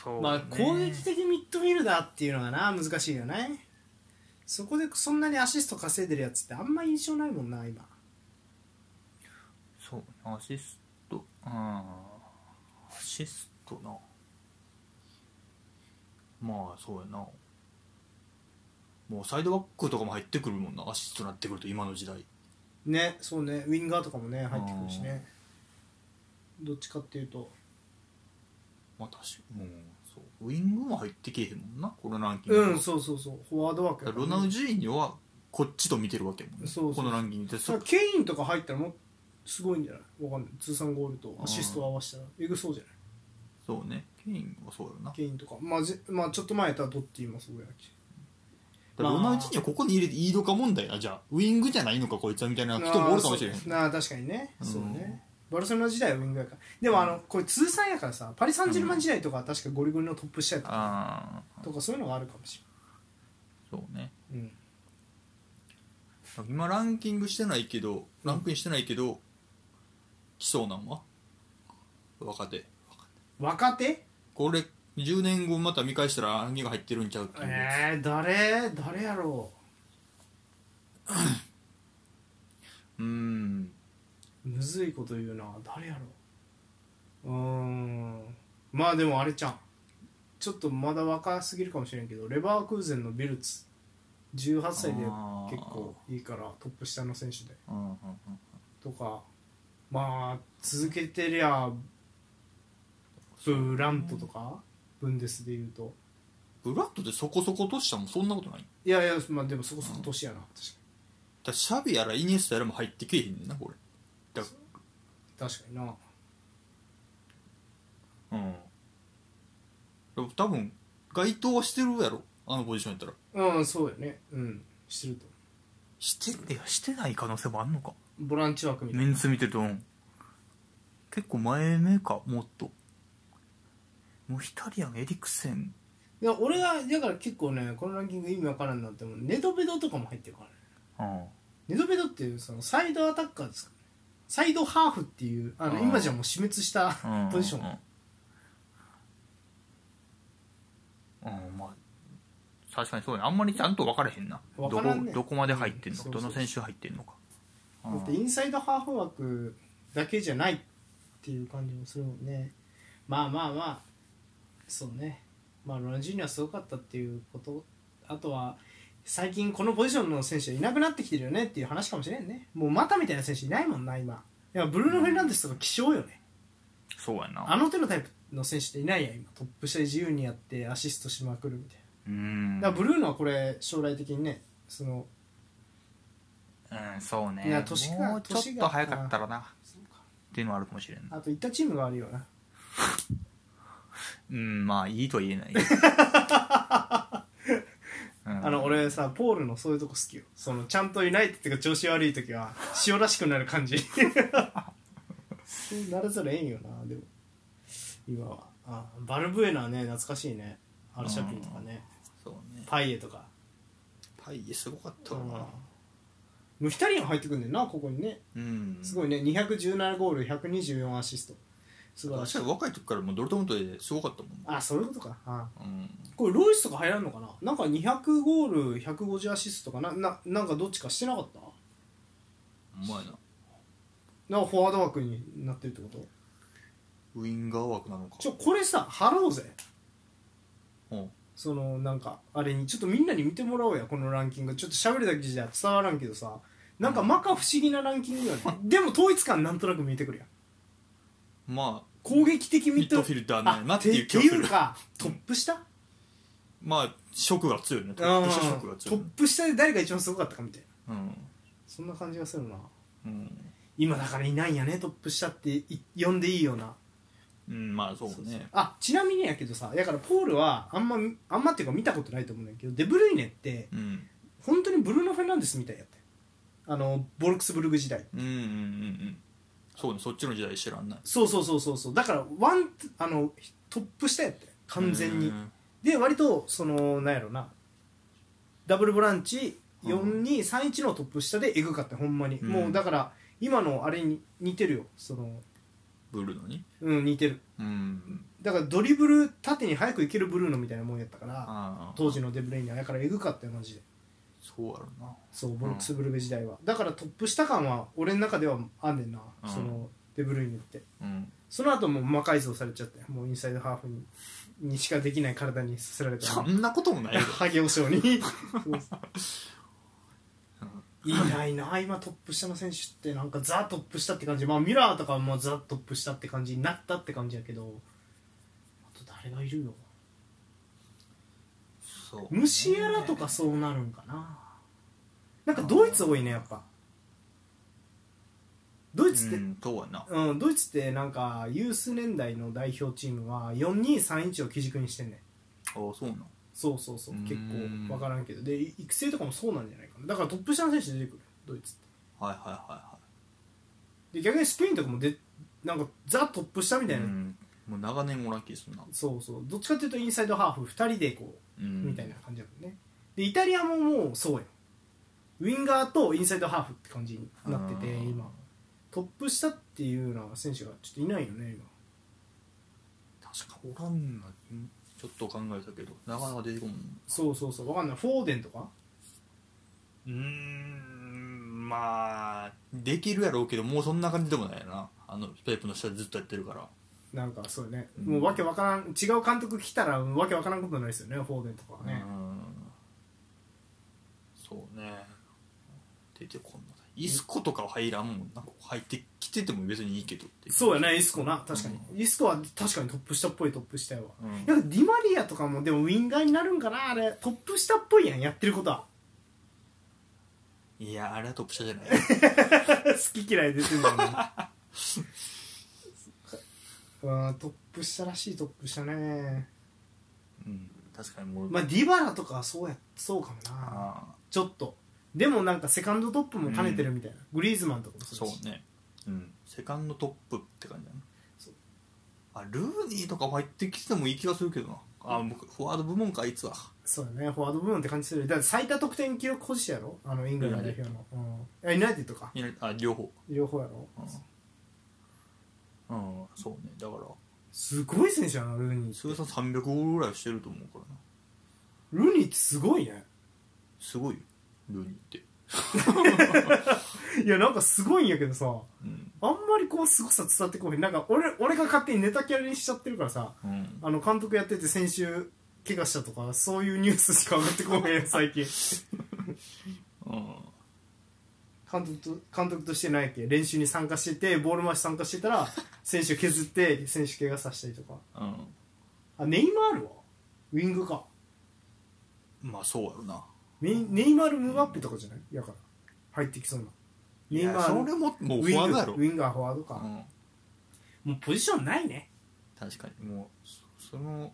Speaker 2: そうね
Speaker 1: まあ攻撃的ミッドフィルダーっていうのがな難しいよねそこでそんなにアシスト稼いでるやつってあんま印象ないもんな今
Speaker 2: そうアシストうんアシストなまあそうやなもうサイドバックとかも入ってくるもんなアシストになってくると今の時代
Speaker 1: ねそうねウィンガーとかもね入ってくるしねどっちかっていうと
Speaker 2: まあ確かにうんそうウイングも入ってけえへんもんなこのランキング、
Speaker 1: うんそうそうそうフォワード枠
Speaker 2: だからロナウジーニョはこっちと見てるわけやもんね
Speaker 1: そうそう
Speaker 2: このランキングでそ
Speaker 1: さケインとか入ったらもうすごいんじゃないわかんない通算ゴールとアシストを合わせたらえぐそうじゃない
Speaker 2: そうねケインはそうやろな
Speaker 1: ケインとか、まあ、ぜまあちょっと前やったらドッティもすごいやし
Speaker 2: だからロナウジーニョはここに入れていいのか問題なじゃあウイングじゃないのかこいつはみたいな人もおるかもしれへん
Speaker 1: なあ確かにね、
Speaker 2: うん
Speaker 1: そうねバルセロナ時代はウィングやからでもあのこれ通算やからさパリ・サンジェルマン時代とかは確かゴリゴリのトップ下やったか
Speaker 2: ああ
Speaker 1: らとかそういうのがあるかもし
Speaker 2: そうね
Speaker 1: れない、
Speaker 2: 今ランキングしてないけどランクインしてないけど来そうなんは若手
Speaker 1: うん、若手
Speaker 2: これ10年後また見返したらランキング入ってるんちゃうっていうやつ、
Speaker 1: えー、誰誰やろ
Speaker 2: うーん
Speaker 1: うむずいこと言うな誰やろううーんまあでもあれちゃんちょっとまだ若すぎるかもしれんけどレバークーゼンのビルツ18歳で
Speaker 2: あー
Speaker 1: 結構いいからトップ下の選手で
Speaker 2: うんうんうん
Speaker 1: とかまあ続けてりゃブラントとかブンデスでいうと
Speaker 2: ブラッドってそこそことしたもんそんなことないだか
Speaker 1: いやいや、まあ、でもそこそこ年やな確
Speaker 2: らシャビやらイニエスタやらも入ってけえへんねんなこれだか
Speaker 1: かに確かにな
Speaker 2: らうんでも多分該当はしてるやろあのポジションやったら
Speaker 1: うんそうよねうんしてると
Speaker 2: していやしてない可能性もあんのか
Speaker 1: ボランチ枠みたい
Speaker 2: メンツ見てると、うん結構前目かもっともうヒタリアンエリクセン
Speaker 1: いや俺がだから結構ねこのランキング意味わからんなって思うネドベドとかも入ってるからね
Speaker 2: うん
Speaker 1: ネドベドっていうそのサイドアタッカーですかねサイドハーフっていうあの
Speaker 2: うん
Speaker 1: 今じゃもう死滅した
Speaker 2: うん
Speaker 1: ポジション、
Speaker 2: うん、うんまあ確かにそうねあんまりちゃんと分からへんな
Speaker 1: 分からんね
Speaker 2: どこどこまで入ってん
Speaker 1: うん
Speaker 2: の
Speaker 1: そうそ
Speaker 2: ど
Speaker 1: う
Speaker 2: の選手入ってんのかう
Speaker 1: だ
Speaker 2: ん
Speaker 1: ってインサイドハーフ枠だけじゃないっていう感じもするもんねまあまあまあそうねまあロナウジーニョはすごかったっていうことあとは最近このポジションの選手はいなくなってきてるよねっていう話かもしれんねもうまたみたいな選手いないもんな今いやブルーノ・フェルナンデスとか希少よね
Speaker 2: そうやな
Speaker 1: あの手のタイプの選手っていないやん今トップ下で自由にやってアシストしまくるみたい
Speaker 2: うん
Speaker 1: なだからブルーノはこれ将来的にねその
Speaker 2: うんそうね
Speaker 1: いや年が
Speaker 2: もうちょっ
Speaker 1: 年
Speaker 2: と
Speaker 1: が
Speaker 2: 早かったらなっていうのはあるかもしれんな
Speaker 1: あと行ったチームが悪いよな
Speaker 2: うんまあいいとは言えない、うん
Speaker 1: あの俺さポールのそういうとこ好きよそのちゃんといないってが調子悪い時は塩らしくなる感じそうならざるええんよなでも今はあバルブエナはね懐かしいねアルシャピンとかね
Speaker 2: そうね
Speaker 1: パイエとか
Speaker 2: パイエすごかった
Speaker 1: うん
Speaker 2: な
Speaker 1: ムヒタリアン入ってくんねんなここにね
Speaker 2: うん
Speaker 1: すごいね217ゴール124アシスト素晴ら
Speaker 2: 確
Speaker 1: し
Speaker 2: か
Speaker 1: い
Speaker 2: に若い時からもうドルトムントですごかったもん
Speaker 1: あそういうことかあ
Speaker 2: うん
Speaker 1: これロイスとか入らんのかななんか200ゴール150アシストとかなななんかどっちかしてなかった
Speaker 2: うまいな
Speaker 1: なんかフォワード枠になってるってこと
Speaker 2: ウィンガー枠なのか
Speaker 1: ちょこれさ貼ろうぜ
Speaker 2: うん
Speaker 1: そのなんかあれにちょっとみんなに見てもらおうやこのランキングちょっと喋るだけじゃ伝わらんけどさなんか摩訶不思議なランキングよねでも統一感なんとなく見えてくるやん
Speaker 2: まあ
Speaker 1: 攻撃的
Speaker 2: ミ
Speaker 1: ミ
Speaker 2: ッ
Speaker 1: ッ
Speaker 2: ド
Speaker 1: ド
Speaker 2: フィルダー
Speaker 1: あ
Speaker 2: ないなっていう
Speaker 1: っ
Speaker 2: 気
Speaker 1: て
Speaker 2: がす
Speaker 1: い
Speaker 2: る
Speaker 1: うかトップ下
Speaker 2: まあ色が強いねト
Speaker 1: ト
Speaker 2: ップ下色が
Speaker 1: ト
Speaker 2: 強い
Speaker 1: ッ
Speaker 2: ね
Speaker 1: プ下で誰が一番すごかったかみたいな
Speaker 2: うん
Speaker 1: そんな感じがするな
Speaker 2: うん
Speaker 1: 今だからいないんやねトップ下ってい呼んでいいような
Speaker 2: うんまあそうね
Speaker 1: あちなみにやけどさだからポールはあんまあんまっていうか見たことないと思うんだけどデブルイネって
Speaker 2: うん
Speaker 1: 本当にブルーノ・フェルナンデスみたいやったよあのボルクスブルグ時代
Speaker 2: うんうんうんうんそうねそっちの時代知らんない
Speaker 1: そうそうそうそうそうだからワンあのトップ下やったよ完全に
Speaker 2: うん
Speaker 1: で割とそのなんやろなダブルボランチ
Speaker 2: うん
Speaker 1: 4231のトップ下でえぐかったほんまに、
Speaker 2: うん
Speaker 1: もうだから今のあれに似てるよその
Speaker 2: ブルーのに
Speaker 1: うん似てる
Speaker 2: うん
Speaker 1: だからドリブル縦に早くいけるブルーノみたいなもんやったから
Speaker 2: ああ
Speaker 1: 当時のデブレイニはだからえぐかったよマジで
Speaker 2: そうやろな
Speaker 1: そうボルクスブルベ時代は、だからトップ下感は俺の中ではあんねんな、
Speaker 2: うん
Speaker 1: そのデブルイネって
Speaker 2: うん
Speaker 1: その後もう魔改造されちゃってもうインサイドハーフににしかできない体にさせられた
Speaker 2: そんなこともないよ
Speaker 1: ハゲオショウにそう [laughs] いないな今トップ下の選手ってなんかザ・トップ下って感じまあミラーとかはもうザ・トップ下って感じになったって感じやけどあと誰がいるよ
Speaker 2: そうね
Speaker 1: 虫やらとかそうなるんかななんかドイツ多いねやっぱドイツって、
Speaker 2: うんそうやな
Speaker 1: うん、ドイツってなんかユース年代の代表チームは4231を基軸にしてんねん
Speaker 2: ああそうなん
Speaker 1: そうそうそう
Speaker 2: うーん
Speaker 1: 結構分からんけどでい育成とかもそうなんじゃないかなだからトップ下の選手出てくるドイツって
Speaker 2: はいはいは
Speaker 1: で逆にスペインとかもでなんかザ・トップ下み
Speaker 2: い
Speaker 1: た
Speaker 2: はい
Speaker 1: いな、
Speaker 2: うんもう長年おらん気するな
Speaker 1: そうそうどっちかっていうとインサイドハーフ2人でこ
Speaker 2: う
Speaker 1: うんみたいな感じだもんねでイタリアももうそうやんウィンガーとインサイドハーフって感じになってて
Speaker 2: うん
Speaker 1: 今トップ下っていうのは選手がちょっといないよね今
Speaker 2: 確かおらんなちょっと考えたけどなかなか出てこん
Speaker 1: そうそうそう分かんないフォーデンとか
Speaker 2: うーんまあできるやろうけどもうそんな感じでもないよなあのペープの下でずっとやってるから
Speaker 1: なんかそうね、
Speaker 2: うん
Speaker 1: もうわけわからん違う監督来たらわけわからんことになりですよねフォーデンとかは
Speaker 2: う
Speaker 1: ね、
Speaker 2: んそうね出てこんのだイスコとかは入らんもんなここ入ってきてても別にいいけどってい
Speaker 1: そうやねイスコな確かに、イスコは確かにトップ下っぽいトップ下やわなんかディマリアとかもでもウィンガーになるんかなあれトップ下っぽいやんやってることは [laughs]
Speaker 2: うん、いやあれはトップ下じゃない
Speaker 1: 好き嫌い出てるもんね [laughs] うんトップ下らしいトップ下ね
Speaker 2: うん確かにもう、
Speaker 1: まあディバラとかはそうやそうかもな
Speaker 2: あ
Speaker 1: ちょっとでもなんかセカンドトップも兼ねてるみたいな、グリーズマンとかも
Speaker 2: ー
Speaker 1: そ
Speaker 2: そうう
Speaker 1: だし
Speaker 2: ねうんセカンドトップって感じだな
Speaker 1: そう
Speaker 2: あルーニーとかは入ってきてもいい気がするけどなあ僕フォワード部門かあいつは
Speaker 1: そうだねフォワード部門って感じするだって最多得点記録保持者やろあのイングランド代表の、うん、あユナイテッドか
Speaker 2: いなあ両方
Speaker 1: 両方やろ
Speaker 2: うん、うん、そうねだから
Speaker 1: すごい選手やなルーニー
Speaker 2: 通算300ゴールぐらいしてると思うからな
Speaker 1: ルーニーってすごいね
Speaker 2: すごいよルーニーって
Speaker 1: いやなんかすごいんやけどさ
Speaker 2: うん
Speaker 1: あんまりこうすごさ伝わってこへんなんか俺俺が勝手にネタキャラにしちゃってるからさ
Speaker 2: うん
Speaker 1: あの監督やってて先週怪我したとかそういうニュースしか上がってこへん [laughs] 最近
Speaker 2: うん
Speaker 1: 監督と監督としてないっけ練習に参加しててボール回し参加してたら選手削って選手怪我させたりとか
Speaker 2: うん
Speaker 1: あネイマールはウィングか
Speaker 2: まあそうやろな
Speaker 1: ネイネイマール・ムバッペとかじゃないやから入ってきそうなネイマ
Speaker 2: いやそ
Speaker 1: ー
Speaker 2: れ
Speaker 1: ル
Speaker 2: もも
Speaker 1: ウ
Speaker 2: うフォ
Speaker 1: ィン
Speaker 2: ワー
Speaker 1: グ
Speaker 2: ドやろ
Speaker 1: ウィンガーフォワード
Speaker 2: う
Speaker 1: か、
Speaker 2: ん
Speaker 1: もうポジションないね
Speaker 2: 確かにもうそその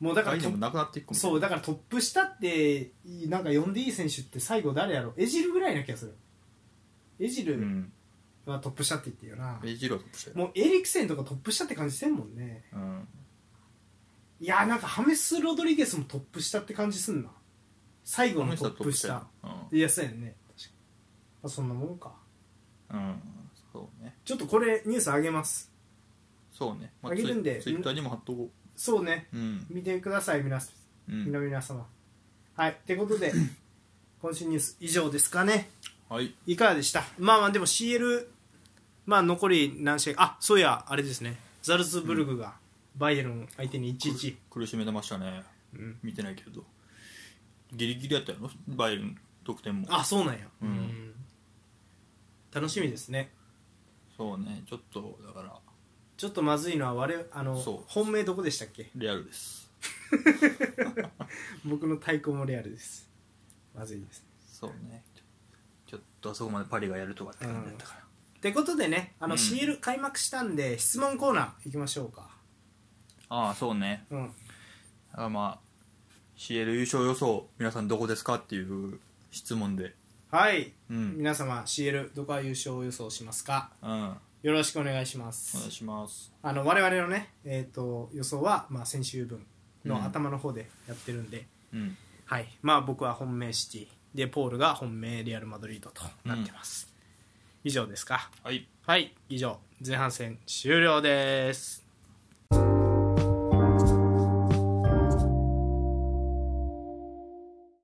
Speaker 1: もうだから
Speaker 2: 概
Speaker 1: ト
Speaker 2: 念も
Speaker 1: ッ
Speaker 2: なくなっていくも
Speaker 1: プ
Speaker 2: ん
Speaker 1: そうだからトップ下ってなんか呼んでいい選手って最後誰やろエジルぐらいな気がするエジ
Speaker 2: う
Speaker 1: ル
Speaker 2: ん
Speaker 1: はトップ下って言ってるよな、
Speaker 2: ベジーロとして
Speaker 1: もうエリクセンとかトップ下って感じせんもんね
Speaker 2: うん
Speaker 1: いやーなんかハメス・ロドリゲスもトップ下って感じすんな最後
Speaker 2: こ
Speaker 1: の
Speaker 2: の人
Speaker 1: ト
Speaker 2: はト
Speaker 1: ッ
Speaker 2: ップ
Speaker 1: プ
Speaker 2: 下や
Speaker 1: 下
Speaker 2: ない
Speaker 1: やそうやんね確かあそんなもんか
Speaker 2: うんうんそうね
Speaker 1: ちょっとこれニュース上げます
Speaker 2: そうねま
Speaker 1: あげるんで
Speaker 2: ツイツイッターにも貼っとこ
Speaker 1: そうね
Speaker 2: ううん
Speaker 1: 見てください皆さん
Speaker 2: う
Speaker 1: 皆
Speaker 2: ん
Speaker 1: 々様はいってこと
Speaker 2: [laughs]
Speaker 1: で今週ニュース以上ですかね
Speaker 2: はい
Speaker 1: いかがでしたまあまあでも CL まあ残り何試合あそういやあれですねザルツブルグがバイエルン相手に1-1、
Speaker 2: 苦しめてましたね
Speaker 1: うん
Speaker 2: 見てないけれどギリギリやったやろバイエルン得点も
Speaker 1: あそうなんや、
Speaker 2: うん
Speaker 1: 楽しみですね
Speaker 2: そうねちょっとだから
Speaker 1: ちょっとまずいのは我々あの
Speaker 2: そう
Speaker 1: 本命どこでしたっけ
Speaker 2: レアルです
Speaker 1: 僕の太鼓もレアルですまずいです
Speaker 2: そうねちょちょっとあそこまでパリがやるとかって感じだったから
Speaker 1: ってことでねあの
Speaker 2: うん
Speaker 1: CL 開幕したんで質問コーナー行きましょうか
Speaker 2: ああそうね
Speaker 1: うん
Speaker 2: だからまあ CL 優勝予想皆さんどこですかっていう質問で
Speaker 1: はい
Speaker 2: うん
Speaker 1: 皆様 CL どこが優勝予想しますか
Speaker 2: うんお
Speaker 1: よろしくお願いしま
Speaker 2: 願い
Speaker 1: す
Speaker 2: します
Speaker 1: あの我々のね、えー、と予想は、まあ、先週分
Speaker 2: う
Speaker 1: の
Speaker 2: ん
Speaker 1: 頭の方でやってるんで、
Speaker 2: うん
Speaker 1: はいまあ僕は本命シティでポールが本命レアル・マドリードとなってます、以上ですか
Speaker 2: はい
Speaker 1: はい以上前半戦終了です